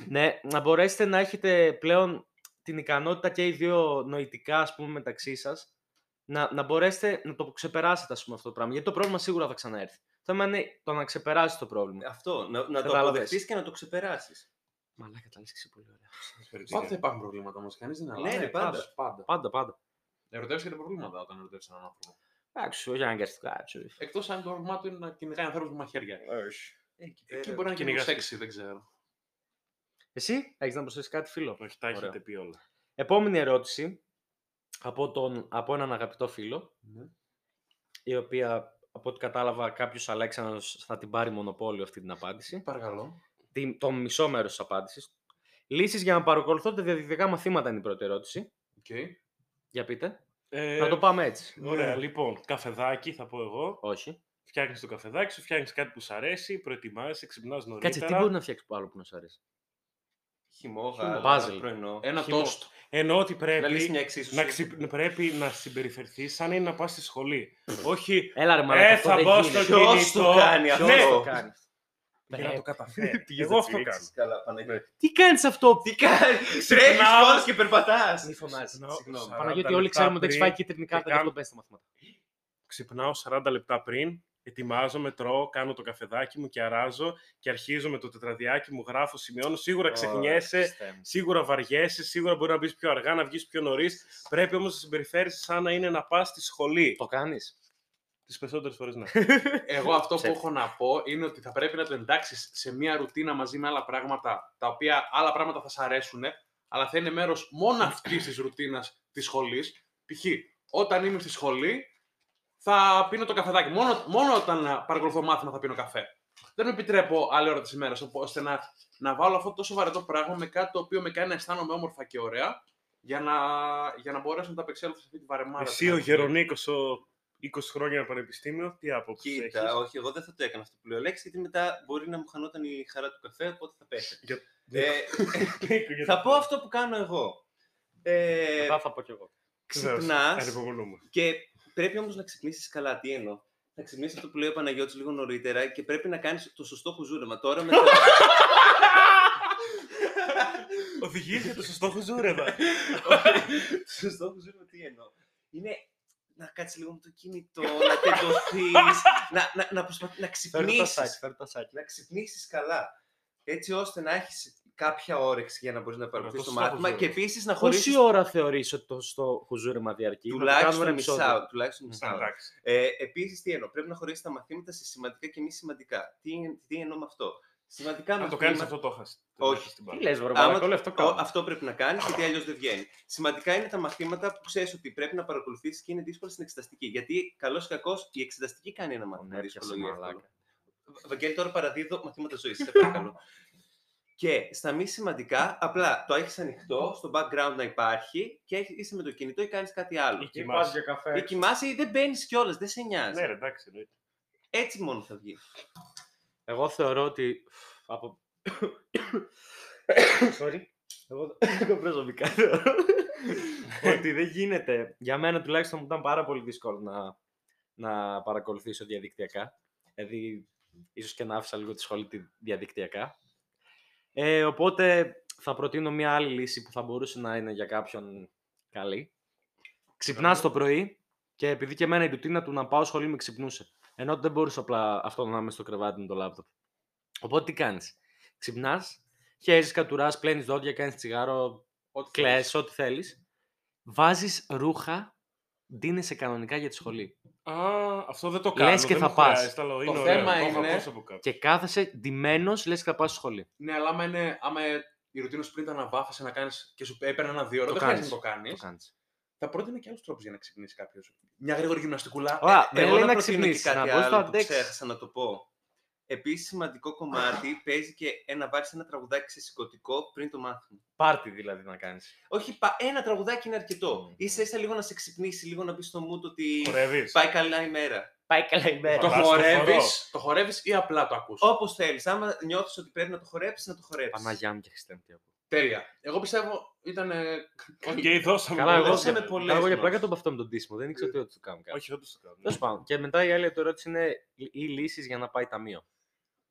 [SPEAKER 1] ναι, να μπορέσετε να έχετε πλέον την ικανότητα και οι δύο νοητικά, ας πούμε, μεταξύ σας, να, να μπορέσετε να το ξεπεράσετε, ας πούμε, αυτό το πράγμα. Γιατί το πρόβλημα σίγουρα θα ξαναέρθει. Το θέμα είναι το να ξεπεράσει το πρόβλημα.
[SPEAKER 3] Αυτό, να, να το
[SPEAKER 1] Κατάλαβες.
[SPEAKER 3] αποδεχτείς και να το ξεπεράσεις.
[SPEAKER 1] Μαλάκα, τα λες και εσύ πολύ ωραία.
[SPEAKER 4] Πάντα θα υπάρχουν προβλήματα όμως. Κανείς δεν αλλάζει.
[SPEAKER 3] ναι, πάντα.
[SPEAKER 4] πάντα.
[SPEAKER 1] Πάντα, πάντα.
[SPEAKER 4] Ερωτεύεσαι για τα προβλήματα όταν ερωτεύεις έναν άνθρωπο.
[SPEAKER 1] Εντάξει, όχι αναγκαστικά. έτσι.
[SPEAKER 4] Εκτός αν το πρόβλημά του είναι να κυνηγάει ανθρώπους με μαχαίρια. Εκεί μπορεί να είναι λίγο
[SPEAKER 2] Κυνηγάς.
[SPEAKER 4] σεξι, δεν ξέρω.
[SPEAKER 1] Εσύ, έχεις να προσθέσεις κάτι, φίλο.
[SPEAKER 2] Όχι, τα
[SPEAKER 1] Ωραία.
[SPEAKER 2] έχετε πει όλα.
[SPEAKER 1] Επόμενη ερώτηση από, τον, από έναν αγαπητό φίλο,
[SPEAKER 4] Ναι.
[SPEAKER 1] η οποία, από ό,τι κατάλαβα, κάποιος Αλέξανδρος θα την πάρει μονοπόλιο αυτή την απάντηση.
[SPEAKER 4] Παρακαλώ.
[SPEAKER 1] τη- το μισό μέρος της απάντησης. Λύσεις για να παρακολουθώ τα διαδικτυακά μαθήματα είναι η πρώτη ερώτηση.
[SPEAKER 4] Okay.
[SPEAKER 1] Για πείτε.
[SPEAKER 2] Ε,
[SPEAKER 1] Να το πάμε έτσι.
[SPEAKER 2] Ωραία, λοιπόν, καφεδάκι θα πω εγώ.
[SPEAKER 1] Όχι.
[SPEAKER 2] Φτιάχνεις το καφεδάκι σου, φτιάχνεις κάτι που σου αρέσει, προετοιμάζεις, ξυπνάς νωρίτερα.
[SPEAKER 1] Κάτσε, τι μπορεί να φτιάξεις που άλλο που να σου αρέσει.
[SPEAKER 3] Χυμόγα,
[SPEAKER 1] Puzzle.
[SPEAKER 3] πρωινό.
[SPEAKER 4] Ένα
[SPEAKER 2] Χυμό.
[SPEAKER 4] τόστ.
[SPEAKER 2] Εννοώ ότι
[SPEAKER 3] Να λύσει
[SPEAKER 2] πρέπει
[SPEAKER 3] μια
[SPEAKER 2] να,
[SPEAKER 3] εξίσωση.
[SPEAKER 2] ξυπ- πρέπει να συμπεριφερθείς σαν είναι να πας στη σχολή. Όχι.
[SPEAKER 1] Έλα ρε μαλάκα,
[SPEAKER 2] Ε,
[SPEAKER 1] αυτό
[SPEAKER 2] θα
[SPEAKER 1] δεν
[SPEAKER 2] μπω
[SPEAKER 1] γίνεται.
[SPEAKER 2] στο
[SPEAKER 3] Ποιος
[SPEAKER 2] κινητό.
[SPEAKER 3] το κάνει αυτό?
[SPEAKER 2] Ναι,
[SPEAKER 1] Το κάνεις.
[SPEAKER 2] για να το καταφέρει.
[SPEAKER 1] Τι
[SPEAKER 2] Εγώ αυτό κάνω.
[SPEAKER 3] Καλά, Παναγιώτη.
[SPEAKER 1] Τι κάνεις αυτό,
[SPEAKER 3] Τι κάνει, τρέχει
[SPEAKER 2] Ναι. Ξυπνάω.
[SPEAKER 3] πόδες και περπατάς.
[SPEAKER 1] Μη φωνάζεις.
[SPEAKER 2] Ξυπνάω
[SPEAKER 3] Συγγνώμη.
[SPEAKER 2] 40
[SPEAKER 1] Παναγιώτη, όλοι
[SPEAKER 2] λεπτά
[SPEAKER 1] ξέρουμε ότι έχεις
[SPEAKER 2] πριν.
[SPEAKER 1] φάει κίτρινη κάρτα
[SPEAKER 2] και
[SPEAKER 1] για αυτό
[SPEAKER 2] κάνω-
[SPEAKER 1] πες τα μαθήματα.
[SPEAKER 2] Ξυπνάω 40 λεπτά πριν, ετοιμάζομαι, τρώω, κάνω το καφεδάκι μου και αράζω και αρχίζω με το τετραδιάκι μου, γράφω, σημειώνω. Σίγουρα ξεχνιέσαι, σίγουρα βαριέσαι, σίγουρα μπορεί να μπεις πιο αργά, να βγεις πιο νωρίς. Πρέπει όμως να συμπεριφέρεις σαν να είναι να πας στη σχολή.
[SPEAKER 1] Το κάνεις.
[SPEAKER 2] Τις περισσότερες φορές
[SPEAKER 3] ναι.
[SPEAKER 2] να.
[SPEAKER 4] Εγώ αυτό που
[SPEAKER 1] Ψεύτη.
[SPEAKER 4] έχω να πω είναι ότι θα πρέπει να το εντάξεις σε μια ρουτίνα μαζί με άλλα πράγματα, τα οποία άλλα πράγματα θα σ' αρέσουν, αλλά θα είναι μέρος μόνο αυτής της ρουτίνας της σχολής. Π.χ. όταν είμαι στη σχολή, θα πίνω το καφεδάκι. Μόνο, μόνο όταν α, παρακολουθώ μάθημα θα πίνω καφέ. Δεν με επιτρέπω άλλη ώρα της ημέρας, ώστε να, να βάλω αυτό το σοβαρό πράγμα με κάτι το οποίο με κάνει να αισθάνομαι όμορφα και ωραία, για να, για να μπορέσω να τα απεξέλθω σε αυτή τη βαρεμάρα.
[SPEAKER 2] Εσύ ο Γερονίκος, ο 20 χρόνια πανεπιστήμιο, τι άποψη έχει.
[SPEAKER 3] Κοίτα, όχι, εγώ δεν θα το έκανα αυτό που λέει ο Λέξη, γιατί μετά μπορεί να μου χανόταν η χαρά του καφέ, οπότε θα πέφτει.
[SPEAKER 2] Για-
[SPEAKER 3] Ε, θα πω αυτό που κάνω εγώ. Ε,
[SPEAKER 1] Μετά θα πω κι εγώ.
[SPEAKER 3] ξυπνάς και πρέπει όμως να ξυπνήσεις καλά. Τι εννοώ. Να ξυπνήσεις αυτό που λέει ο Παναγιώτης λίγο νωρίτερα και πρέπει να κάνεις το σωστό χουζούρεμα. Τώρα μετά...
[SPEAKER 2] Οδηγήθηκε το σωστό χουζούρευα.
[SPEAKER 3] το σωστό χουζούρεμα τι εννοώ. Είναι να κάτσεις λίγο με το κινητό, να τεντωθείς, να, να, να, προσπαθεί- να
[SPEAKER 1] Φέρνω τα σάκι,
[SPEAKER 3] ξυπνήσεις.
[SPEAKER 1] φέρνω τα σάκι.
[SPEAKER 3] να ξυπνήσεις καλά. Έτσι ώστε να έχεις κάποια όρεξη για να μπορείς να παρακολουθείς
[SPEAKER 2] το
[SPEAKER 3] το
[SPEAKER 2] σωστό
[SPEAKER 3] μάθημα
[SPEAKER 2] χουζούρεμα.
[SPEAKER 3] και επίσης να χωρίσεις
[SPEAKER 1] Πόση ώρα θεωρείς ότι το στο χουζούρεμα διαρκεί. Να το κάνουμε
[SPEAKER 3] τουλάχιστον
[SPEAKER 1] ένα επεισόδιο.
[SPEAKER 3] μισά, τουλάχιστον μισά ώρα.
[SPEAKER 2] Εντάξει.
[SPEAKER 3] Ε, Επίσης, τι εννοώ, πρέπει να χωρίσει τα μαθήματα σε σημαντικά και μη σημαντικά. Τι, τι εννοώ με αυτό. Σημαντικά
[SPEAKER 2] Αν το
[SPEAKER 3] μαθήματα.
[SPEAKER 2] κάνεις αυτό, το έχασες.
[SPEAKER 3] Όχι.
[SPEAKER 1] Τι λες βρε
[SPEAKER 3] Άμα-
[SPEAKER 1] μαλάκα, όλο αυτό
[SPEAKER 3] Ο-
[SPEAKER 1] κάνω.
[SPEAKER 3] αυτό πρέπει να κάνεις, γιατί αλλιώς δεν βγαίνει. Σημαντικά είναι τα μαθήματα που ξέρεις ότι πρέπει να παρακολουθήσεις και είναι δύσκολα στην εξεταστική. Γιατί καλός ή κακός, η εξεταστική κάνει ένα μάθημα.
[SPEAKER 1] Ναι,
[SPEAKER 3] δύσκολο
[SPEAKER 1] πιάσε,
[SPEAKER 3] ή
[SPEAKER 1] μαλάκα.
[SPEAKER 3] εύκολο. Βα- Βαγγέλη, τώρα παραδίδω μαθήματα ζωής. Σε παρακαλώ. και στα μη σημαντικά, απλά το έχεις ανοιχτό, στο background να υπάρχει και έχ- είσαι με το κινητό ή κάνεις κάτι άλλο.
[SPEAKER 2] Ή κοιμάσαι.
[SPEAKER 1] για
[SPEAKER 3] Ή
[SPEAKER 1] καφέ.
[SPEAKER 3] κοιμάσαι ή δεν μπαίνεις κιόλας, δεν σε νοιάζει.
[SPEAKER 2] Ναι, ρε, εντάξει. εννοείται.
[SPEAKER 3] Έτσι μόνο θα βγει.
[SPEAKER 1] Εγώ θεωρώ ότι... Από... Sorry. Εγώ εγώ προσωπικά θεωρώ ότι δεν γίνεται. Για μένα τουλάχιστον μου ήταν πάρα πολύ δύσκολο να, να παρακολουθήσω διαδικτυακά. Δηλαδή, ίσως και να άφησα λίγο τη σχολή τη- διαδικτυακά. Ε, οπότε θα προτείνω μια άλλη λύση που θα μπορούσε να είναι για κάποιον καλή. Ξυπνάς το πρωί και επειδή και εμένα η ρουτίνα του να πάω σχολή με ξυπνούσε. Ενώ δεν μπορούσα απλά αυτό να είμαι στο κρεβάτι με το λάπτοπ. Οπότε τι κάνεις. Ξυπνάς, χέζεις, κατουράς, πλένεις δόντια, κάνεις τσιγάρο, κλαις, ό,τι θέλεις. Βάζεις ρούχα, ντύνεσαι κανονικά για τη σχολή.
[SPEAKER 2] Α, αυτό δεν το κάνω.
[SPEAKER 1] Λες και
[SPEAKER 2] δεν
[SPEAKER 1] θα
[SPEAKER 2] μου
[SPEAKER 1] πας.
[SPEAKER 2] χρειάζεται, αλλά είναι
[SPEAKER 4] θέμα
[SPEAKER 2] ωραίο. Το έχω
[SPEAKER 4] είναι-
[SPEAKER 2] ακούσει από κάποιον.
[SPEAKER 1] Και κάθεσαι ντυμένος, λες και θα πας στη σχολή.
[SPEAKER 4] Ναι, αλλά άμα, είναι, άμα η ρουτίνα σου πριν ήταν να βάφεσαι να κάνεις και σου έπαιρνε ένα δύο ώρα,
[SPEAKER 1] Το
[SPEAKER 4] δεν χρειάζεται
[SPEAKER 1] κάνεις.
[SPEAKER 4] να το κάνεις.
[SPEAKER 1] Το κάνεις.
[SPEAKER 4] Θα πρότεινα και άλλους τρόπους για να ξυπνήσει κάποιος. Μια γρήγορη γυμναστικούλα.
[SPEAKER 1] Ωραία,
[SPEAKER 3] Εγώ
[SPEAKER 1] δεν λέει να
[SPEAKER 3] προτείνω και
[SPEAKER 1] ξυπνήσεις, να
[SPEAKER 3] κάτι
[SPEAKER 1] μπορείς να
[SPEAKER 3] άλλο που
[SPEAKER 1] αντέξεις.
[SPEAKER 3] ξέχασα να το πω. Επίσης, σημαντικό κομμάτι παίζει και ένα βάλει ένα τραγουδάκι σε σηκωτικό πριν το μάθημα.
[SPEAKER 1] Πάρτι δηλαδή να κάνεις.
[SPEAKER 3] Όχι, πα- ένα τραγουδάκι είναι αρκετό.
[SPEAKER 1] Μμμ.
[SPEAKER 3] σα ίσα λίγο να σε ξυπνήσει, λίγο να μπει στο mood ότι
[SPEAKER 2] Χορεύεις.
[SPEAKER 3] πάει καλά η μέρα.
[SPEAKER 1] Πάει καλά η μέρα.
[SPEAKER 4] Το
[SPEAKER 2] Βάζεις το
[SPEAKER 4] χορεύει
[SPEAKER 2] χορό.
[SPEAKER 4] το χορεύεις ή απλά το ακούς.
[SPEAKER 3] Όπως θέλεις. Άμα νιώθεις ότι πρέπει να το χορέψεις, να το χορέψεις.
[SPEAKER 1] Παναγιά μου και Χριστέ μου τι ακούω.
[SPEAKER 4] Τέλεια. Εγώ πιστεύω ήταν. ε,
[SPEAKER 2] Οκ, δώσαμε.
[SPEAKER 1] Καλά, εγώ
[SPEAKER 3] δώσαμε πολλές
[SPEAKER 1] καλά, εγώ για
[SPEAKER 3] μας.
[SPEAKER 1] πλάκα τον αυτό με τον τίσμο. Δεν ήξερα τι ότι του κάνω κάτι.
[SPEAKER 2] Όχι, όντω το κάνω.
[SPEAKER 1] Τέλος πάντων. Και μετά η άλλη ερώτηση είναι οι λύσει για να πάει ταμείο.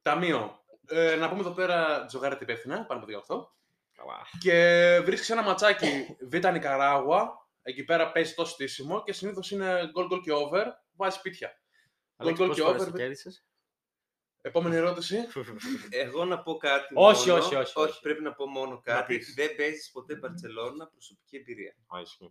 [SPEAKER 4] ταμείο. Ε, να πούμε εδώ πέρα τζογάρετε υπεύθυνα, πάνω από αυτό.
[SPEAKER 1] Καλά.
[SPEAKER 4] Και βρίσκεις ένα ματσάκι Β' Νικαράγουα. Εκεί πέρα παίζει το στήσιμο και συνήθως είναι γκολ γκολ και over. Βάζει σπίτια. Γκολ
[SPEAKER 1] Αλέξη,
[SPEAKER 4] γκολ
[SPEAKER 1] πόσες
[SPEAKER 4] και
[SPEAKER 1] φορές
[SPEAKER 4] over.
[SPEAKER 1] το κέρδισες?
[SPEAKER 4] Επόμενη ερώτηση.
[SPEAKER 3] Εγώ να πω κάτι.
[SPEAKER 1] Όχι,
[SPEAKER 3] μόνο.
[SPEAKER 1] όχι, όχι, όχι.
[SPEAKER 3] πρέπει να πω μόνο κάτι.
[SPEAKER 2] πεις.
[SPEAKER 3] Δεν παίζεις ποτέ Μπαρσελόνα προσωπική εμπειρία.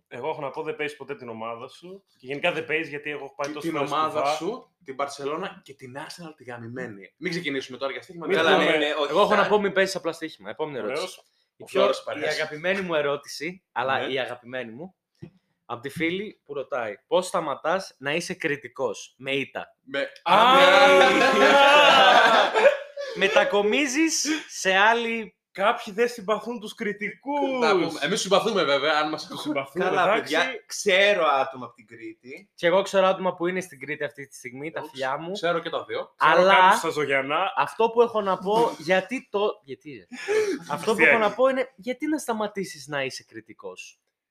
[SPEAKER 2] Εγώ έχω να πω δεν παίζεις ποτέ την ομάδα σου. Και γενικά δεν παίζεις γιατί εγώ έχω πάει τόσο
[SPEAKER 4] την ομάδα σου, την Παρσελώνα και την Arsenal τη γαμημένη. Μην ξεκινήσουμε τώρα για στοίχημα.
[SPEAKER 2] Μην
[SPEAKER 4] Καλά,
[SPEAKER 3] Καλά,
[SPEAKER 2] πούμε.
[SPEAKER 4] ναι.
[SPEAKER 3] ναι, ναι, όχι.
[SPEAKER 1] Εγώ έχω
[SPEAKER 3] θα-
[SPEAKER 1] να πω μην παίζεις απλά στοίχημα. ε, Επόμενη ερώτηση. Η,
[SPEAKER 4] Ο
[SPEAKER 1] πιο,
[SPEAKER 4] Φλόρος
[SPEAKER 1] η
[SPEAKER 4] Παρέας.
[SPEAKER 1] αγαπημένη μου ερώτηση, αλλά
[SPEAKER 4] Ναι.
[SPEAKER 1] η αγαπημένη μου, από τη φίλη που ρωτάει πώς σταματάς να είσαι κριτικός με ήττα.
[SPEAKER 4] Με...
[SPEAKER 2] Α,
[SPEAKER 4] Άντε.
[SPEAKER 2] ναι.
[SPEAKER 1] Μετακομίζεις σε άλλη
[SPEAKER 2] Κάποιοι δεν συμπαθούν τους κριτικούς.
[SPEAKER 4] Εμείς συμπαθούμε βέβαια, αν μας
[SPEAKER 2] Του
[SPEAKER 4] ακούσει.
[SPEAKER 2] συμπαθούν.
[SPEAKER 3] Καλά,
[SPEAKER 2] εντάξει.
[SPEAKER 3] παιδιά, ξέρω άτομα από την Κρήτη.
[SPEAKER 1] Και εγώ ξέρω άτομα που είναι στην Κρήτη αυτή τη στιγμή, τα
[SPEAKER 4] Εγώ
[SPEAKER 1] φιλιά μου.
[SPEAKER 4] Ξέρω και τα δύο.
[SPEAKER 2] Ξέρω
[SPEAKER 1] Αλλά-
[SPEAKER 2] κάποιους Στα ζωγιανά.
[SPEAKER 1] Αυτό που έχω να πω, γιατί το. Γιατί ρε. Αυτό που έχω να πω είναι, γιατί να σταματήσεις να είσαι κριτικός.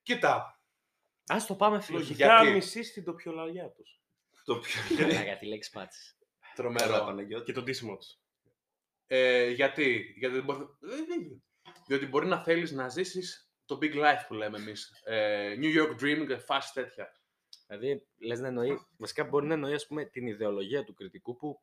[SPEAKER 4] Κοίτα.
[SPEAKER 1] Ας το πάμε φιλοσοφικά.
[SPEAKER 2] Λογικά
[SPEAKER 4] γιατί?
[SPEAKER 2] μισεί την τοπιολαγιά τους.
[SPEAKER 3] Το πιο
[SPEAKER 1] Καλά, για τη λέξη πάτσε.
[SPEAKER 3] Καλά,
[SPEAKER 4] Τρομερό.
[SPEAKER 3] Παναγιώτη.
[SPEAKER 2] Και το ντύσιμο τους.
[SPEAKER 4] Ε, γιατί, γιατί δεν μπορεί... δεν- Διότι μπορεί να θέλεις να ζήσεις το big life που λέμε εμείς. Ε, New York Dream, ε, φάση τέτοια.
[SPEAKER 1] Δηλαδή, λες να εννοεί. Βασικά, μπορεί να εννοεί ας πούμε, την ιδεολογία του κριτικού που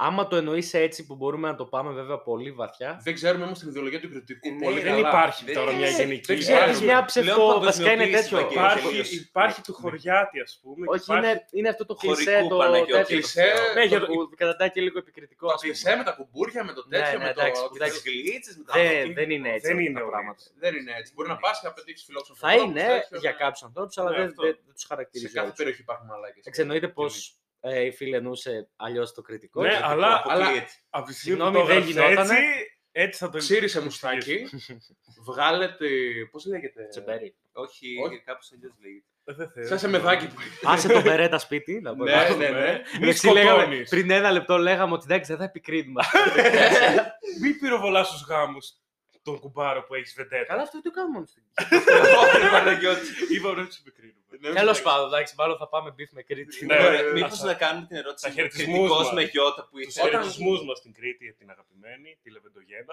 [SPEAKER 1] άμα το εννοείς έτσι που μπορούμε να το πάμε βέβαια πολύ βαθιά.
[SPEAKER 4] Δεν ξέρουμε όμως την ιδεολογία του
[SPEAKER 1] Ε,
[SPEAKER 4] κριτικού.
[SPEAKER 3] Ναι,
[SPEAKER 4] πολύ
[SPEAKER 3] ρε,
[SPEAKER 2] Δεν
[SPEAKER 4] καλά.
[SPEAKER 2] υπάρχει
[SPEAKER 3] Δεν
[SPEAKER 2] τώρα μια
[SPEAKER 3] είναι-
[SPEAKER 2] γενική.
[SPEAKER 4] δεν
[SPEAKER 1] Ξέρει
[SPEAKER 4] Υπάρχει.
[SPEAKER 1] μια
[SPEAKER 3] Λέω
[SPEAKER 1] ψευδό. Βασικά είναι
[SPEAKER 3] παγκοσμιοποίηση,
[SPEAKER 1] τέτοιο.
[SPEAKER 3] Βαγγέλη,
[SPEAKER 1] Υπάρχει,
[SPEAKER 3] σίγουρος.
[SPEAKER 2] Υπάρχει, υπάρχει του χωριάτη, ας πούμε. και
[SPEAKER 1] όχι,
[SPEAKER 2] υπάρχει-
[SPEAKER 1] είναι, είναι αυτό το
[SPEAKER 3] Χωρικού
[SPEAKER 1] κλισέ το
[SPEAKER 3] Παναγιώτη,
[SPEAKER 1] τέτοιο.
[SPEAKER 3] το
[SPEAKER 4] κλισέ.
[SPEAKER 3] Θεό.
[SPEAKER 1] Ναι, για
[SPEAKER 4] το-
[SPEAKER 1] το που κρατάει και λίγο επικριτικό.
[SPEAKER 4] Το
[SPEAKER 1] ας πούμε.
[SPEAKER 4] κλεισέ με τα κουμπούρια, με το
[SPEAKER 1] Ναι,
[SPEAKER 4] τέτοιο,
[SPEAKER 1] ναι,
[SPEAKER 4] με το...
[SPEAKER 1] εντάξει,
[SPEAKER 4] το-
[SPEAKER 1] κοιτάξτε.
[SPEAKER 3] τις γλίτσες με τα
[SPEAKER 1] Δεν,
[SPEAKER 3] αυτοκίνητα.
[SPEAKER 1] δεν είναι έτσι.
[SPEAKER 2] Δεν
[SPEAKER 1] αυτά
[SPEAKER 2] είναι
[SPEAKER 1] τα
[SPEAKER 2] ωραίο.
[SPEAKER 1] πράγματα.
[SPEAKER 4] Δεν είναι έτσι. Μπορεί να πας και να πετύχεις φιλόξενο.
[SPEAKER 1] Θα
[SPEAKER 4] ανθρώπους,
[SPEAKER 1] είναι
[SPEAKER 4] τέτοιο,
[SPEAKER 1] για
[SPEAKER 4] ναι.
[SPEAKER 1] κάποιους ανθρώπους, αλλά
[SPEAKER 2] Ναι,
[SPEAKER 1] δεν,
[SPEAKER 2] αυτό.
[SPEAKER 1] δεν, τους
[SPEAKER 4] Σε
[SPEAKER 1] χαρακτηρίζει.
[SPEAKER 4] κάθε
[SPEAKER 1] όλους.
[SPEAKER 4] περιοχή υπάρχουν μαλάκες.
[SPEAKER 1] Εξεννοείται πω
[SPEAKER 4] Γενικά.
[SPEAKER 1] ε, η φίλη εννοούσε αλλιώς το κριτικό.
[SPEAKER 2] Ναι,
[SPEAKER 1] γιατί το
[SPEAKER 2] αλλά-
[SPEAKER 1] αποκλείει.
[SPEAKER 4] αλλά-
[SPEAKER 2] Από τη στιγμή
[SPEAKER 1] Συγγνώμη,
[SPEAKER 2] που το
[SPEAKER 1] δεν
[SPEAKER 2] έγραψε
[SPEAKER 1] γινότανε.
[SPEAKER 2] Έτσι, έτσι θα το
[SPEAKER 4] Ξύρισε μουστάκι, βγάλε τη... Πώς λέγεται...
[SPEAKER 1] Τσεμπέρι.
[SPEAKER 3] Όχι,
[SPEAKER 4] Όχι.
[SPEAKER 3] κάπως αλλιώς λέγεται.
[SPEAKER 2] Δεν θέλω.
[SPEAKER 4] Σαν σε μεδάκι που
[SPEAKER 1] Άσε τον Μπερέτα σπίτι. να πω.
[SPEAKER 4] Ναι, ναι, ναι.
[SPEAKER 2] Μη
[SPEAKER 1] Εντάξει,
[SPEAKER 2] σκοτώνεις.
[SPEAKER 1] λέγαμε, πριν ένα λεπτό λέγαμε ότι εντάξει, δεν θα επικρίνουμε.
[SPEAKER 2] Μη πυροβολάς στου γάμους τον κουμπάρο που έχεις βεντέτα.
[SPEAKER 1] Καλά, αυτό το κάνουμε.
[SPEAKER 3] Ωραία, Παναγιώτη.
[SPEAKER 2] Είπαμε να του επικρίνουμε.
[SPEAKER 4] Ναι.
[SPEAKER 1] Τέλο πάντων, εντάξει, μάλλον θα πάμε μπιφ με Κρήτη.
[SPEAKER 2] Ναι,
[SPEAKER 3] Ωραία,
[SPEAKER 2] ναι, ναι.
[SPEAKER 3] Μήπως να κάνουμε την ερώτηση
[SPEAKER 2] Τα χαιρετισμούς
[SPEAKER 3] κριτικός
[SPEAKER 2] μας.
[SPEAKER 3] με γιώτα που
[SPEAKER 2] Τους
[SPEAKER 3] είσαι.
[SPEAKER 2] χαιρετισμούς μας στην Κρήτη για την αγαπημένη, τη Λεβεντογένα.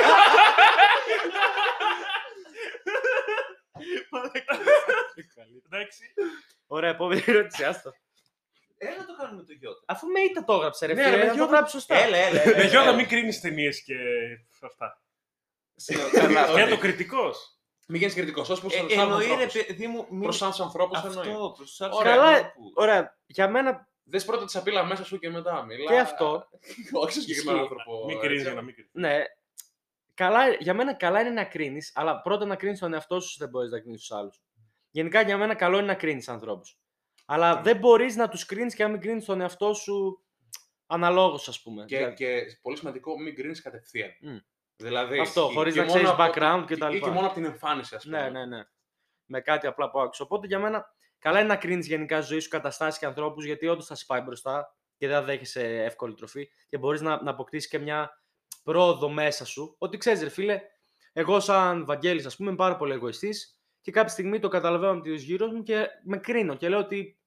[SPEAKER 2] Εντάξει.
[SPEAKER 1] Ωραία, επόμενη ερώτηση, άστο.
[SPEAKER 3] Έλα το κάνουμε το γιώτα.
[SPEAKER 1] Αφού με ήττα το έγραψε, ρε
[SPEAKER 4] Ναι,
[SPEAKER 1] φίλε,
[SPEAKER 4] ρε,
[SPEAKER 1] να το
[SPEAKER 4] Γιώτα.
[SPEAKER 1] γράψει σωστά.
[SPEAKER 3] Έλα, έλα, έλα.
[SPEAKER 2] Με Ε, Γιώτα,
[SPEAKER 3] έλα.
[SPEAKER 2] μην κρίνεις ταινίες και αυτά.
[SPEAKER 3] Συγγνώμη, καλά,
[SPEAKER 2] Και
[SPEAKER 3] ωραία.
[SPEAKER 2] το κριτικός.
[SPEAKER 4] Μην γίνεις κριτικός, ως προς
[SPEAKER 3] Ε,
[SPEAKER 4] του άλλους
[SPEAKER 3] Εννοεί ρε
[SPEAKER 4] ανθρώπους.
[SPEAKER 3] παιδί μου, μην-
[SPEAKER 4] Προς άλλους ανθρώπους εννοεί.
[SPEAKER 3] αυτό, προς τους άλλους
[SPEAKER 4] Ωραία.
[SPEAKER 3] ανθρώπους.
[SPEAKER 1] Ωραία, για μένα
[SPEAKER 4] Δες πρώτα τη σαπίλα μέσα σου και μετά μιλά.
[SPEAKER 1] και αυτό.
[SPEAKER 4] Όχι σε συγκεκριμένο
[SPEAKER 1] Ισχύει.
[SPEAKER 4] άνθρωπο.
[SPEAKER 2] Μην
[SPEAKER 4] έτσι.
[SPEAKER 2] κρίνεις για να μην κρίνεις.
[SPEAKER 1] Ναι. Καλά, για μένα καλά είναι να κρίνεις, αλλά πρώτα να κρίνεις τον εαυτό σου, δεν μπορείς να κρίνεις τους άλλους. Γενικά για μένα καλό είναι να κρίνεις ανθρώπους. Αλλά δεν μπορείς να τους κρίνεις και να μην κρίνεις τον εαυτό σου αναλόγως, ας πούμε.
[SPEAKER 4] Και,
[SPEAKER 1] Δηλαδή,
[SPEAKER 4] και πολύ σημαντικό, μην κρίνεις κατευθείαν.
[SPEAKER 1] Μμ.
[SPEAKER 4] Δηλαδή.
[SPEAKER 1] Αυτό,
[SPEAKER 4] ισχύει.
[SPEAKER 1] χωρίς
[SPEAKER 4] Και
[SPEAKER 1] να
[SPEAKER 4] μόνο
[SPEAKER 1] ξέρεις
[SPEAKER 4] από-
[SPEAKER 1] background
[SPEAKER 4] και-
[SPEAKER 1] κτλ.
[SPEAKER 4] Ή και μόνο από την εμφάνιση, ας πούμε.
[SPEAKER 1] Ναι, ναι, ναι. Με κάτι απλά που άκουσα. Οπότε για μένα, καλά είναι να κρίνεις γενικά ζωή σου, καταστάσεις και ανθρώπους, γιατί όντως θα σε πάει μπροστά και δεν θα δέχεσαι εύκολη τροφή και μπορείς να, να αποκτήσεις και μια πρόοδο μέσα σου. Ότι ξέρεις, ρε φίλε, εγώ σαν Βαγγέλης ας πούμε, είμαι πάρα πολύ εγωιστής και κάποια στιγμή το καταλαβαίνω από τους γύρω μου και με κρίνω και λέω ότι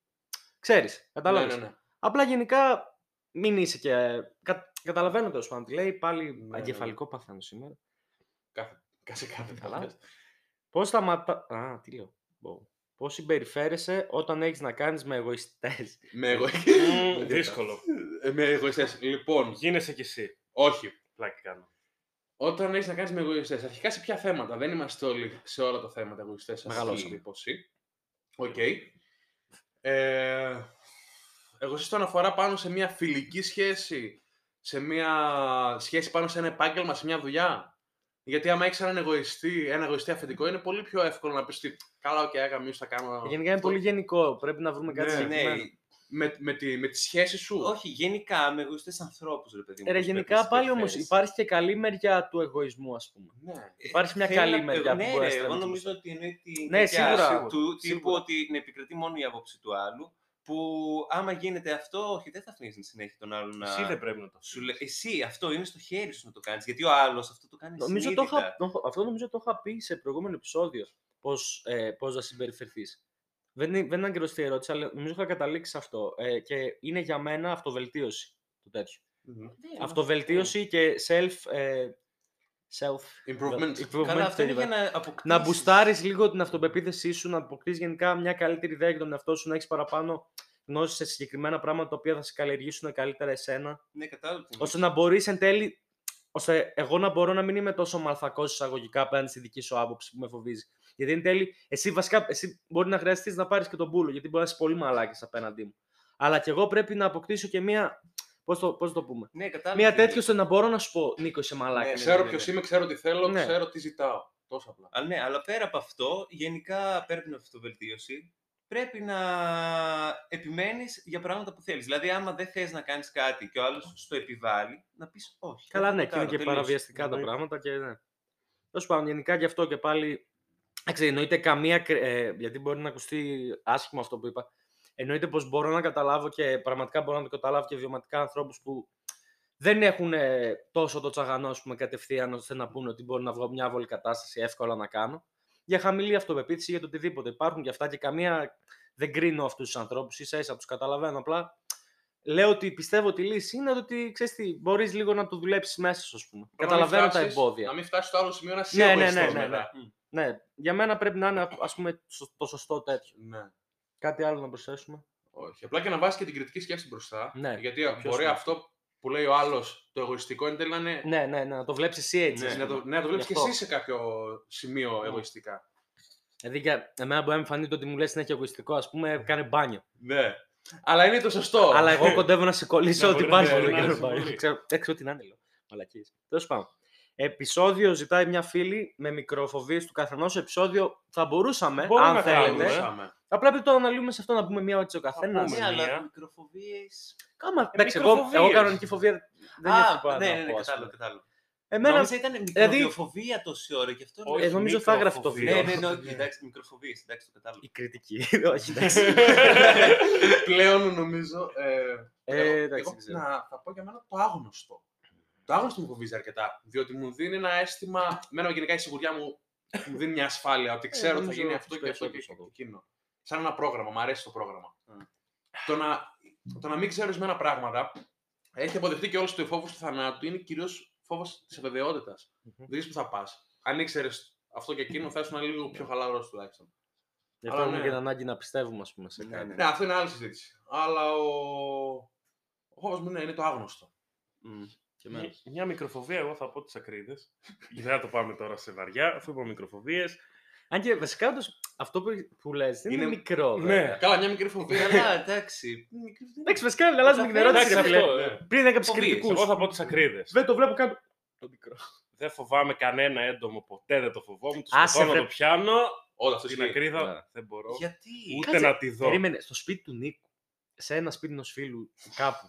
[SPEAKER 1] ξέρει,
[SPEAKER 4] Ναι,
[SPEAKER 1] κατάλαβε.
[SPEAKER 4] ναι, ναι.
[SPEAKER 1] Απλά γενικά μην είσαι και. Κα, καταλαβαίνω τέλος πάντων τι λέει. Πάλι
[SPEAKER 4] Ναι, ναι, ναι.
[SPEAKER 1] αγκεφαλικό παθαίνω σήμερα.
[SPEAKER 4] Κάθε- Κάθε κάθε
[SPEAKER 1] Καλά.
[SPEAKER 4] κάθε.
[SPEAKER 1] Πώς σταματά... Α, τι λέω. Μπο. Πώς συμπεριφέρεσαι όταν έχεις να κάνεις με εγωιστές.
[SPEAKER 4] Με εγω-
[SPEAKER 2] Μμμ, Δύσκολο.
[SPEAKER 4] ε, Με εγωιστές. Λοιπόν,
[SPEAKER 2] Γίνεσαι κι εσύ.
[SPEAKER 4] όχι.
[SPEAKER 2] Πλάκι κάνω.
[SPEAKER 4] Όταν έχεις να κάνεις με εγωιστές, αρχικά σε ποια θέματα. Δεν είμαστε όλοι σε όλα τα θέματα εγωιστές.
[SPEAKER 1] Μεγαλώσαμε.
[SPEAKER 4] εντύπωση. Οκ. Ε, εγωιστές όταν αφορά πάνω σε μια φιλική σχέση, σε μια σχέση πάνω σε ένα επάγγελμα, σε μια δουλειά. Γιατί άμα έχεις έναν εγωιστή, ένα εγωιστή αφεντικό, είναι πολύ πιο εύκολο να πεις ότι καλά, οκ, okay, θα κάνω.
[SPEAKER 1] Γενικά είναι
[SPEAKER 4] αυτό».
[SPEAKER 1] πολύ γενικό. Πρέπει να βρούμε κάτι
[SPEAKER 4] Ναι,
[SPEAKER 3] Ναι,
[SPEAKER 1] συγκεκριμένο.
[SPEAKER 4] Με, με, τη, με τη σχέση σου.
[SPEAKER 3] όχι, γενικά με εγωιστές ανθρώπους ρε παιδί μου.
[SPEAKER 1] Ε, ρε,
[SPEAKER 3] πώς πρέπει
[SPEAKER 1] γενικά
[SPEAKER 3] να
[SPEAKER 1] πάλι όμως
[SPEAKER 3] συμπεριφέρεσαι.
[SPEAKER 1] υπάρχει και καλή μεριά του εγωισμού ας πούμε.
[SPEAKER 4] Ναι.
[SPEAKER 3] Ε,
[SPEAKER 1] υπάρχει μια
[SPEAKER 3] θέλω
[SPEAKER 1] καλή
[SPEAKER 3] να-
[SPEAKER 1] μεριά που
[SPEAKER 3] ναι,
[SPEAKER 1] μπορεί να
[SPEAKER 3] ρε, Εγώ
[SPEAKER 1] στρέψει
[SPEAKER 3] νομίζω
[SPEAKER 1] μπροστά.
[SPEAKER 3] ότι εννοεί τη
[SPEAKER 1] Ναι,
[SPEAKER 3] δικιά
[SPEAKER 1] σίγουρα,
[SPEAKER 3] σου,
[SPEAKER 1] σίγουρα,
[SPEAKER 3] του τύπου
[SPEAKER 1] σίγουρα.
[SPEAKER 3] ότι να επικρατεί μόνο η άποψη του άλλου. Που άμα γίνεται αυτό, όχι, δεν θα αφήνεις συνέχεια τον άλλον να.
[SPEAKER 2] Εσύ δεν πρέπει να το
[SPEAKER 3] Σου λέ- Εσύ, αυτό είναι στο χέρι σου να το κάνεις. Γιατί ο άλλος αυτό το κάνει.
[SPEAKER 1] Νομίζω το
[SPEAKER 3] συνείδητα.
[SPEAKER 1] είχα, το- αυτό νομίζω το είχα πει σε προηγούμενο επεισόδιο πώς, ε, πώς να συμπεριφερθείς. Δεν, είναι- δεν ήταν ακριβώς η ερώτηση, αλλά νομίζω είχα καταλήξει σε αυτό. Ε, και είναι για μένα αυτοβελτίωση το τέτοιο.
[SPEAKER 3] Ναι,
[SPEAKER 1] Αυτοβελτίωση και self... Ε, self
[SPEAKER 4] Improvement.
[SPEAKER 3] αυτό- Καλά, αυτό είναι
[SPEAKER 1] βέβαια.
[SPEAKER 3] για να αποκτήσεις.
[SPEAKER 1] να μπουστάρεις λίγο την αυτοπεποίθησή σου, να αποκτήσεις γενικά μια καλύτερη ιδέα για τον εαυτό σου, να έχεις παραπάνω γνώση σε συγκεκριμένα πράγματα τα οποία θα σε καλλιεργήσουν καλύτερα εσένα,
[SPEAKER 3] Ναι, κατάλαβα. τι
[SPEAKER 1] ώστε
[SPEAKER 3] εννοείς.
[SPEAKER 1] να μπορείς εν τέλει, ώστε εγώ να μπορώ να μην είμαι τόσο μαλθακός εισαγωγικά απέναντι στη δική σου άποψη που με φοβίζει. Γιατί εν τέλει, εσύ βασικά εσύ μπορεί να χρειαστείς να πάρεις και τον πούλο, γιατί μπορείς να είσαι πολύ μαλάκι απέναντί μου. Αλλά και εγώ πρέπει να αποκτήσω και μια. Πώς το, πώς το πούμε.
[SPEAKER 3] Ναι, κατάλαβα.
[SPEAKER 1] Μια
[SPEAKER 3] τι εννοείς.
[SPEAKER 1] τέτοια ώστε να μπορώ να σου πω Νίκος, είσαι μαλάκα.
[SPEAKER 3] Ναι, ναι,
[SPEAKER 4] Ξέρω ποιο είμαι, ξέρω τι θέλω,
[SPEAKER 1] Ναι.
[SPEAKER 4] ξέρω τι ζητάω. Τόσο απλά.
[SPEAKER 3] Α, ναι, αλλά πέρα από αυτό, γενικά πέρα από την αυτοβελτίωση, πρέπει να επιμένεις για πράγματα που θέλεις. Δηλαδή, άμα δεν θες να κάνεις κάτι και ο άλλος σου το επιβάλλει, να πεις όχι.
[SPEAKER 1] Καλά,
[SPEAKER 3] δεν
[SPEAKER 1] ναι,
[SPEAKER 3] το
[SPEAKER 1] και είναι
[SPEAKER 3] κάνω,
[SPEAKER 1] και
[SPEAKER 3] τελείωσε.
[SPEAKER 1] παραβιαστικά τα
[SPEAKER 3] Εννοείται.
[SPEAKER 1] πράγματα και ναι. Τέλος πάντων, γενικά και αυτό και πάλι. Εντάξει, εννοείται καμία. κρι- Ε, γιατί μπορεί να ακουστεί άσχημα αυτό που είπα. Εννοείται πως μπορώ να καταλάβω και πραγματικά μπορώ να το καταλάβω και βιωματικά ανθρώπους που δεν έχουν ε, τόσο το τσαγανό ας πούμε, κατευθείαν ώστε να πούνε ότι μπορώ να βγω μια άβολη κατάσταση εύκολα να κάνω. Για χαμηλή αυτοπεποίθηση για το οτιδήποτε. Υπάρχουν και αυτά και καμία. Δεν κρίνω αυτούς τους ανθρώπους, ίσα ίσα τους καταλαβαίνω. Απλά λέω ότι πιστεύω ότι η λύση είναι ότι ξέρεις τι, μπορείς λίγο να το δουλέψεις μέσα, ας πούμε.
[SPEAKER 4] Πρέπει να μην
[SPEAKER 1] Καταλαβαίνω τα
[SPEAKER 4] φτάσεις-
[SPEAKER 1] εμπόδια.
[SPEAKER 4] Να μην φτάσεις στο άλλο σημείο να σε
[SPEAKER 1] Ναι, ναι,
[SPEAKER 4] εγωιστείς
[SPEAKER 1] ναι, ναι, ναι.
[SPEAKER 4] μετά.
[SPEAKER 1] Ναι, για μένα πρέπει να είναι ας πούμε σω- το σωστό τέτοιο.
[SPEAKER 4] Ναι.
[SPEAKER 1] Κάτι άλλο να προσθέσουμε.
[SPEAKER 4] Όχι. Απλά και να βάζεις και την κριτική σκέψη μπροστά.
[SPEAKER 1] Ναι,
[SPEAKER 4] γιατί
[SPEAKER 1] το πιο
[SPEAKER 4] μπορεί
[SPEAKER 1] σημαντικό.
[SPEAKER 4] αυτό που λέει ο άλλος το εγωιστικό εν τέλει να είναι.
[SPEAKER 1] Ναι, ναι, ναι, να το βλέπεις εσύ έτσι.
[SPEAKER 3] Ναι,
[SPEAKER 1] ας
[SPEAKER 4] να
[SPEAKER 1] πούμε.
[SPEAKER 4] το, ναι, να το βλέπεις
[SPEAKER 1] Γι'
[SPEAKER 4] και
[SPEAKER 1] αυτό. Ναι.
[SPEAKER 4] εσύ σε κάποιο σημείο εγωιστικά.
[SPEAKER 1] Δηλαδή για εμένα μπορεί να μου φανεί το ότι μου λες συνέχεια εγωιστικό, ας πούμε, κάνε μπάνιο.
[SPEAKER 4] Ναι. Αλλά είναι το σωστό.
[SPEAKER 1] Αλλά εγώ κοντεύω να σε κολλήσω
[SPEAKER 2] Ναι,
[SPEAKER 1] ότι
[SPEAKER 2] μπορεί
[SPEAKER 1] πα
[SPEAKER 2] να
[SPEAKER 1] δεν
[SPEAKER 2] μπορεί να
[SPEAKER 1] κάνω
[SPEAKER 2] σε
[SPEAKER 1] μπάνιο.
[SPEAKER 2] συμβολεί.
[SPEAKER 1] Ξέρω- Δεν ξέρω τι να είναι, λέω. Μαλακίες. Τέλος πάντων. Επισόδιο ζητάει μια φίλη με μικροφοβίες του καθενός. Επεισόδιο θα μπορούσαμε,
[SPEAKER 2] Μπορούμε
[SPEAKER 1] αν
[SPEAKER 2] να
[SPEAKER 1] θέλετε.
[SPEAKER 2] κάνουμε, ε.
[SPEAKER 4] Μπορούσαμε.
[SPEAKER 1] Απλά πρέπει το αναλύουμε σε αυτό να πούμε μία ότι ο καθένας.
[SPEAKER 2] πούμε.
[SPEAKER 3] Ναι, αλλά
[SPEAKER 2] μία.
[SPEAKER 3] μικροφοβίες...
[SPEAKER 1] Κάμα.
[SPEAKER 2] Ε,
[SPEAKER 1] εντάξει, εγώ, εγώ
[SPEAKER 2] μικροφοβίες.
[SPEAKER 1] κανονική φοβία δεν
[SPEAKER 3] Α,
[SPEAKER 1] έχω πάντα.
[SPEAKER 3] ναι,
[SPEAKER 1] να
[SPEAKER 3] ναι, ναι,
[SPEAKER 1] πω, ας
[SPEAKER 3] κατάλαβα,
[SPEAKER 1] πούμε.
[SPEAKER 3] κατάλαβα.
[SPEAKER 1] Εμένα δηλαδή-
[SPEAKER 3] Νόμιζα ήταν μικροφοβία τόση ώρα και αυτό...
[SPEAKER 2] Όχι,
[SPEAKER 1] Ε, νομίζω θα έγραφε το
[SPEAKER 3] Ναι,
[SPEAKER 2] μικροφοβία.
[SPEAKER 1] βίντεο.
[SPEAKER 3] ναι, ναι, όχι, εντάξει, μικροφοβίες, εντάξει, το κατάλαβα.
[SPEAKER 1] Η κριτική. Όχι, εντάξει.
[SPEAKER 4] Πλέον νομίζω. Ε,
[SPEAKER 1] Ε,
[SPEAKER 4] εγώ-
[SPEAKER 1] εντάξει,
[SPEAKER 4] εγώ
[SPEAKER 1] ξέρω.
[SPEAKER 4] να θα πω για μένα το άγνωστο. Το άγνωστο μου φοβίζει αρκετά. Διότι μου δίνει ένα αίσθημα. Μένα γενικά η σιγουριά μου μου δίνει μια ασφάλεια ότι ξέρω ότι θα
[SPEAKER 1] Ε, νομίζω
[SPEAKER 4] γίνει
[SPEAKER 1] ότι
[SPEAKER 4] αυτό και
[SPEAKER 1] παίζει
[SPEAKER 4] αυτό
[SPEAKER 1] όντως
[SPEAKER 4] και
[SPEAKER 1] αυτό.
[SPEAKER 4] εκείνο. Σαν ένα πρόγραμμα. Μ' αρέσει το πρόγραμμα.
[SPEAKER 1] Ε.
[SPEAKER 3] Mm.
[SPEAKER 4] Το να, το να μην ξέρω ορισμένα πράγματα έχει αποδεχτεί και όλος ότι ο φόβος του θανάτου είναι κυρίως φόβος της αβεβαιότητας. Δεν ξέρει που θα πας. Αν ήξερες αυτό και εκείνο, θα ήσουν λίγο
[SPEAKER 1] Ναι.
[SPEAKER 4] πιο χαλαρός τουλάχιστον.
[SPEAKER 1] Γι' αυτό
[SPEAKER 4] Αλλά
[SPEAKER 1] έχουμε
[SPEAKER 4] ναι.
[SPEAKER 1] και την ανάγκη να πιστεύουμε, ας πούμε, σε
[SPEAKER 3] Ναι,
[SPEAKER 1] κάτι.
[SPEAKER 3] ναι.
[SPEAKER 4] Ναι, αυτό είναι άλλη συζήτηση. Αλλά ο, ο φόβος μου ναι, είναι το άγνωστο.
[SPEAKER 3] Μμ.
[SPEAKER 1] Και εμένα.
[SPEAKER 2] Μια- Μια μικροφοβία, εγώ θα πω τις ακρίδες. Δεν θα το πάμε τώρα σε βαριά, αφού είπαμε μικροφοβίες.
[SPEAKER 1] Αν και βασικά όντως, αυτό που, που λες δεν είναι,
[SPEAKER 4] Είναι-
[SPEAKER 1] μικρό.
[SPEAKER 2] ναι.
[SPEAKER 1] βέβαια.
[SPEAKER 4] Καλά, μια μικρή φοβία.
[SPEAKER 3] Καλά, εντάξει. μικρή-
[SPEAKER 1] Εντάξει, βασικά αλλάζουμε την ερώτηση.
[SPEAKER 2] Εντάξει,
[SPEAKER 1] ρε φίλε.
[SPEAKER 2] αυτό, ναι.
[SPEAKER 1] Πριν έκαψες
[SPEAKER 3] Φοβίες.
[SPEAKER 1] κριτικούς.
[SPEAKER 2] Εγώ θα πω τις ακρίδες.
[SPEAKER 1] Δεν το βλέπω καν. Το μικρό.
[SPEAKER 2] Δεν φοβάμαι κανένα έντομο, ποτέ δεν το φοβόμουν. Το
[SPEAKER 1] Άσε,
[SPEAKER 2] σκοτώνω,
[SPEAKER 1] βρε.
[SPEAKER 2] το πιάνω.
[SPEAKER 4] Όλα αυτό
[SPEAKER 2] Στην
[SPEAKER 4] είναι
[SPEAKER 1] Ναι.
[SPEAKER 2] ακρίδα δεν μπορώ.
[SPEAKER 3] Γιατί...
[SPEAKER 2] Ούτε
[SPEAKER 1] Κάτσε,
[SPEAKER 2] να τη δω.
[SPEAKER 1] Περίμενε, στο σπίτι του Νίκου, σε ένα σπίτι ενός φίλου κάπου.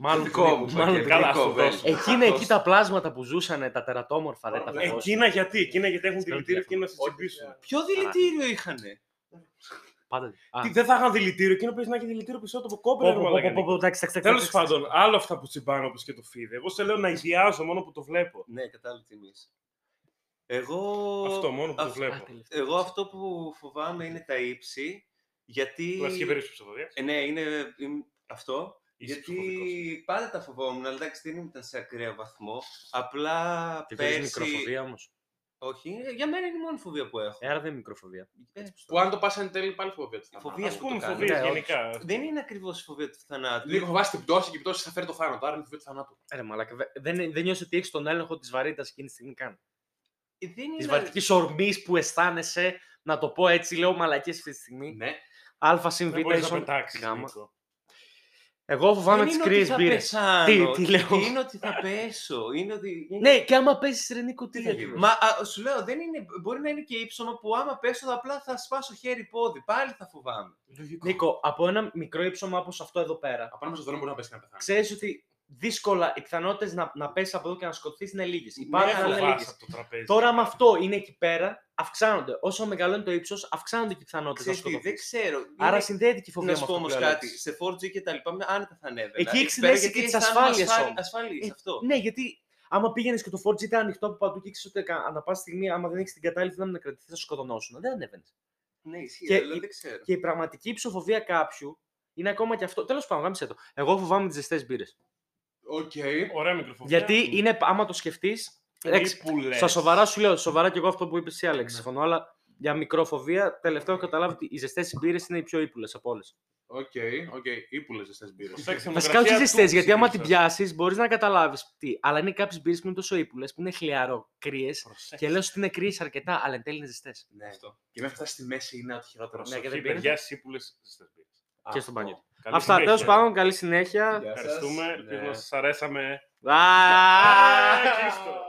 [SPEAKER 1] μάλλον του
[SPEAKER 3] Δικό μου,
[SPEAKER 1] Νίκου. Μάλλον του
[SPEAKER 2] καλά,
[SPEAKER 1] Νίκου.
[SPEAKER 2] ας το
[SPEAKER 3] βέβαια.
[SPEAKER 2] δώσω.
[SPEAKER 1] Εκείνα εκεί τα πλάσματα που ζούσαν, τα τερατόμορφα, δεν τα
[SPEAKER 4] Ε,
[SPEAKER 1] φοβόσουν.
[SPEAKER 2] Εκείνα γιατί, εκείνα γιατί έχουν
[SPEAKER 1] Στην
[SPEAKER 2] δηλητήριο
[SPEAKER 1] τηλέφωνο.
[SPEAKER 2] και να σε τσιμπήσουν.
[SPEAKER 3] Ποιο δηλητήριο είχανε.
[SPEAKER 1] Πάντα. Α,
[SPEAKER 2] Τι, δεν θα είχαν δηλητήριο, εκείνο πρέπει να έχει δηλητήριο πίσω από το κόμπελο.
[SPEAKER 1] πω, πω, πω, πω, πω, εντάξει, εντάξει,
[SPEAKER 2] Τέλος
[SPEAKER 1] εντάξει,
[SPEAKER 2] πάντων, άλλο αυτά που τσιμπάνε όπως και το φίδι. Εγώ σε λέω να ιδιάζω μόνο που το βλέπω.
[SPEAKER 3] Ναι, κατάλαβε τι εννοείς. Εγώ...
[SPEAKER 2] Αυτό μόνο που το
[SPEAKER 3] αυτό-
[SPEAKER 1] εντάξει.
[SPEAKER 2] βλέπω.
[SPEAKER 1] Α, τελευταίο.
[SPEAKER 3] Εγώ αυτό που φοβάμαι είναι τα ύψη, γιατί...
[SPEAKER 2] Κλασική περίπτωση ψηφοδία.
[SPEAKER 3] Ε, ναι, είναι είναι αυτό.
[SPEAKER 2] Είσαι
[SPEAKER 3] γιατί πάντα τα φοβόμουν, αλλά εντάξει δεν ήμουν σε ακραίο βαθμό. Απλά
[SPEAKER 1] Και δεν είναι
[SPEAKER 3] πέρσι...
[SPEAKER 1] μικροφοβία όμως.
[SPEAKER 3] Όχι, είναι- για μένα είναι η μόνη φοβία που έχω.
[SPEAKER 1] Ε, άρα δεν είναι μικροφοβία.
[SPEAKER 3] Ε,
[SPEAKER 4] Που αν το πας εν τέλει πάλι φοβία. της θα
[SPEAKER 3] Φοβία.
[SPEAKER 4] φανεί.
[SPEAKER 2] Α πούμε
[SPEAKER 3] το κάνω.
[SPEAKER 2] φοβίε
[SPEAKER 1] Ναι,
[SPEAKER 2] γενικά.
[SPEAKER 3] Δεν είναι ακριβώς η φοβία του θανάτου.
[SPEAKER 4] Λίγο φοβάσαι την πτώση και η πτώση θα φέρει το θάνατο. Άρα είναι φοβία του θανάτου.
[SPEAKER 1] Ε, Ρε, μαλάκα, δε- δεν, δεν νιώθει ότι έχεις τον έλεγχο της βαρύτητας εκείνη τη στιγμή καν.
[SPEAKER 3] Ε, δεν
[SPEAKER 1] Της
[SPEAKER 3] είναι...
[SPEAKER 1] βαρυτικής ορμής που αισθάνεσαι, να το πω έτσι, λέω μαλακές αυτή τη στιγμή.
[SPEAKER 4] Ναι.
[SPEAKER 1] Α συν β
[SPEAKER 2] Δεν μπορείς να
[SPEAKER 1] ίσον
[SPEAKER 2] πετάξεις.
[SPEAKER 1] γ. Εγώ φοβάμαι
[SPEAKER 3] Δεν
[SPEAKER 1] τις
[SPEAKER 3] είναι
[SPEAKER 1] κρύες
[SPEAKER 3] ότι θα
[SPEAKER 1] μπύρες. Τι-
[SPEAKER 3] πεθάνω,
[SPEAKER 1] τι λέω.
[SPEAKER 3] Είναι ότι θα πέσω. Είναι ότι...
[SPEAKER 1] Ναι, και άμα πέσεις ρε Νίκο, τι
[SPEAKER 3] Τι
[SPEAKER 1] θα
[SPEAKER 3] θα
[SPEAKER 1] γίνεις.
[SPEAKER 3] Μα α, σου λέω, δεν είναι, μπορεί να είναι και ύψωμα που άμα πέσω απλά θα σπάσω χέρι-πόδι. Πάλι θα φοβάμαι.
[SPEAKER 1] Νίκο, από ένα μικρό ύψωμα όπως αυτό εδώ πέρα,
[SPEAKER 4] Απάνω στο δρόμο μπορεί να πέσει να πεθάνει.
[SPEAKER 1] ξέρεις ότι δύσκολα οι πιθανότητες να, να πέσει από εδώ και να σκοτωθείς είναι λίγες.
[SPEAKER 3] Ναι,
[SPEAKER 1] Υπάρχουν αλλά είναι λίγε.
[SPEAKER 2] από το τραπέζι.
[SPEAKER 1] Τώρα, με αυτό είναι εκεί πέρα, αυξάνονται. Όσο μεγαλώνει το ύψος, αυξάνονται και οι πιθανότητες να
[SPEAKER 3] Ξέρεις τι,
[SPEAKER 1] σκοτωθεί.
[SPEAKER 3] δεν ξέρω.
[SPEAKER 1] Άρα
[SPEAKER 3] Είναι-
[SPEAKER 1] συνδέεται και η φοβία
[SPEAKER 3] να
[SPEAKER 1] με
[SPEAKER 3] σου πω
[SPEAKER 1] αυτό
[SPEAKER 3] όμω
[SPEAKER 1] που λέω,
[SPEAKER 3] κάτι.
[SPEAKER 1] Αλέξη.
[SPEAKER 3] Σε 4G και τα λοιπά, με άνετα θα ανέβαινα.
[SPEAKER 1] Εκεί
[SPEAKER 3] πέρα,
[SPEAKER 1] εξηγήσει
[SPEAKER 3] γιατί
[SPEAKER 1] και τις
[SPEAKER 3] αισθάνομαι
[SPEAKER 1] ασφάλειες
[SPEAKER 3] ασφα-
[SPEAKER 1] όμως.
[SPEAKER 3] ασφαλής,
[SPEAKER 1] Ε,
[SPEAKER 3] αυτό.
[SPEAKER 1] Ναι, γιατί άμα πήγαινες και το 4G ήταν ανοιχτό από παντού και ήξερες ότι κα- ανά πάση στιγμή, άμα δεν έχεις την κατάλληλη δύναμη να κρατηθείς, θα σου σκοτωνώσουν. Δεν ανέβαινες. ε,
[SPEAKER 3] Ναι, ισχύει,
[SPEAKER 1] Και-
[SPEAKER 3] αλλά δεν ξέρω.
[SPEAKER 1] Και η πραγματική ψηφοφορία κάποιου είναι ακόμα και αυτό. Τέλος πάντων, γάμισε το. Εγώ φοβάμαι τις ζεστές μπύρες.
[SPEAKER 4] Οκ.
[SPEAKER 2] Ωραία μικροφοβία.
[SPEAKER 1] Γιατί είναι, άμα το σκεφτείς.
[SPEAKER 2] Μη που λες.
[SPEAKER 1] Στα σοβαρά σου λέω, σοβαρά και εγώ αυτό που είπες εσύ, Άλεξ. Συμφωνώ, αλλά για μικροφοβία τελευταίο έχω καταλάβει ότι οι ζεστές μπύρε είναι οι πιο ύπουλες από όλες.
[SPEAKER 4] Οκ. Οκ. Ήπουλε ζεστέ μπύρε.
[SPEAKER 2] Προσέξτε,
[SPEAKER 1] Βασικά όχι
[SPEAKER 2] δημογραφία
[SPEAKER 1] ζεστές,
[SPEAKER 2] του
[SPEAKER 1] γιατί άμα την
[SPEAKER 2] ξεκίνησα.
[SPEAKER 1] πιάσεις μπορείς να καταλάβεις τι. Αλλά είναι κάποιες μπύρε που είναι τόσο ύπουλες που είναι χλιαρό, κρύε.
[SPEAKER 2] Προσέξτε.
[SPEAKER 1] Και λέω ότι είναι κρύε αρκετά, αλλά εν τέλει είναι ζεστές.
[SPEAKER 4] Ναι.
[SPEAKER 3] Αυτό.
[SPEAKER 4] Και μέχρι φτάσεις στη μέση είναι ό,τι χειρότερο.
[SPEAKER 1] Ναι, και
[SPEAKER 2] Προσοχή,
[SPEAKER 1] δεν πίνετε.
[SPEAKER 2] παιδιά, σύπουλε στι
[SPEAKER 1] Και στο μπάνιο.
[SPEAKER 2] Καλή
[SPEAKER 1] Αυτά,
[SPEAKER 2] συνέχεια.
[SPEAKER 1] τέλος πάντων, καλή συνέχεια.
[SPEAKER 2] Ναι.
[SPEAKER 1] Ναι.
[SPEAKER 2] Ευχαριστούμε. Ελπίζω να σας αρέσαμε.
[SPEAKER 1] Α!
[SPEAKER 2] Α, Χρήστο.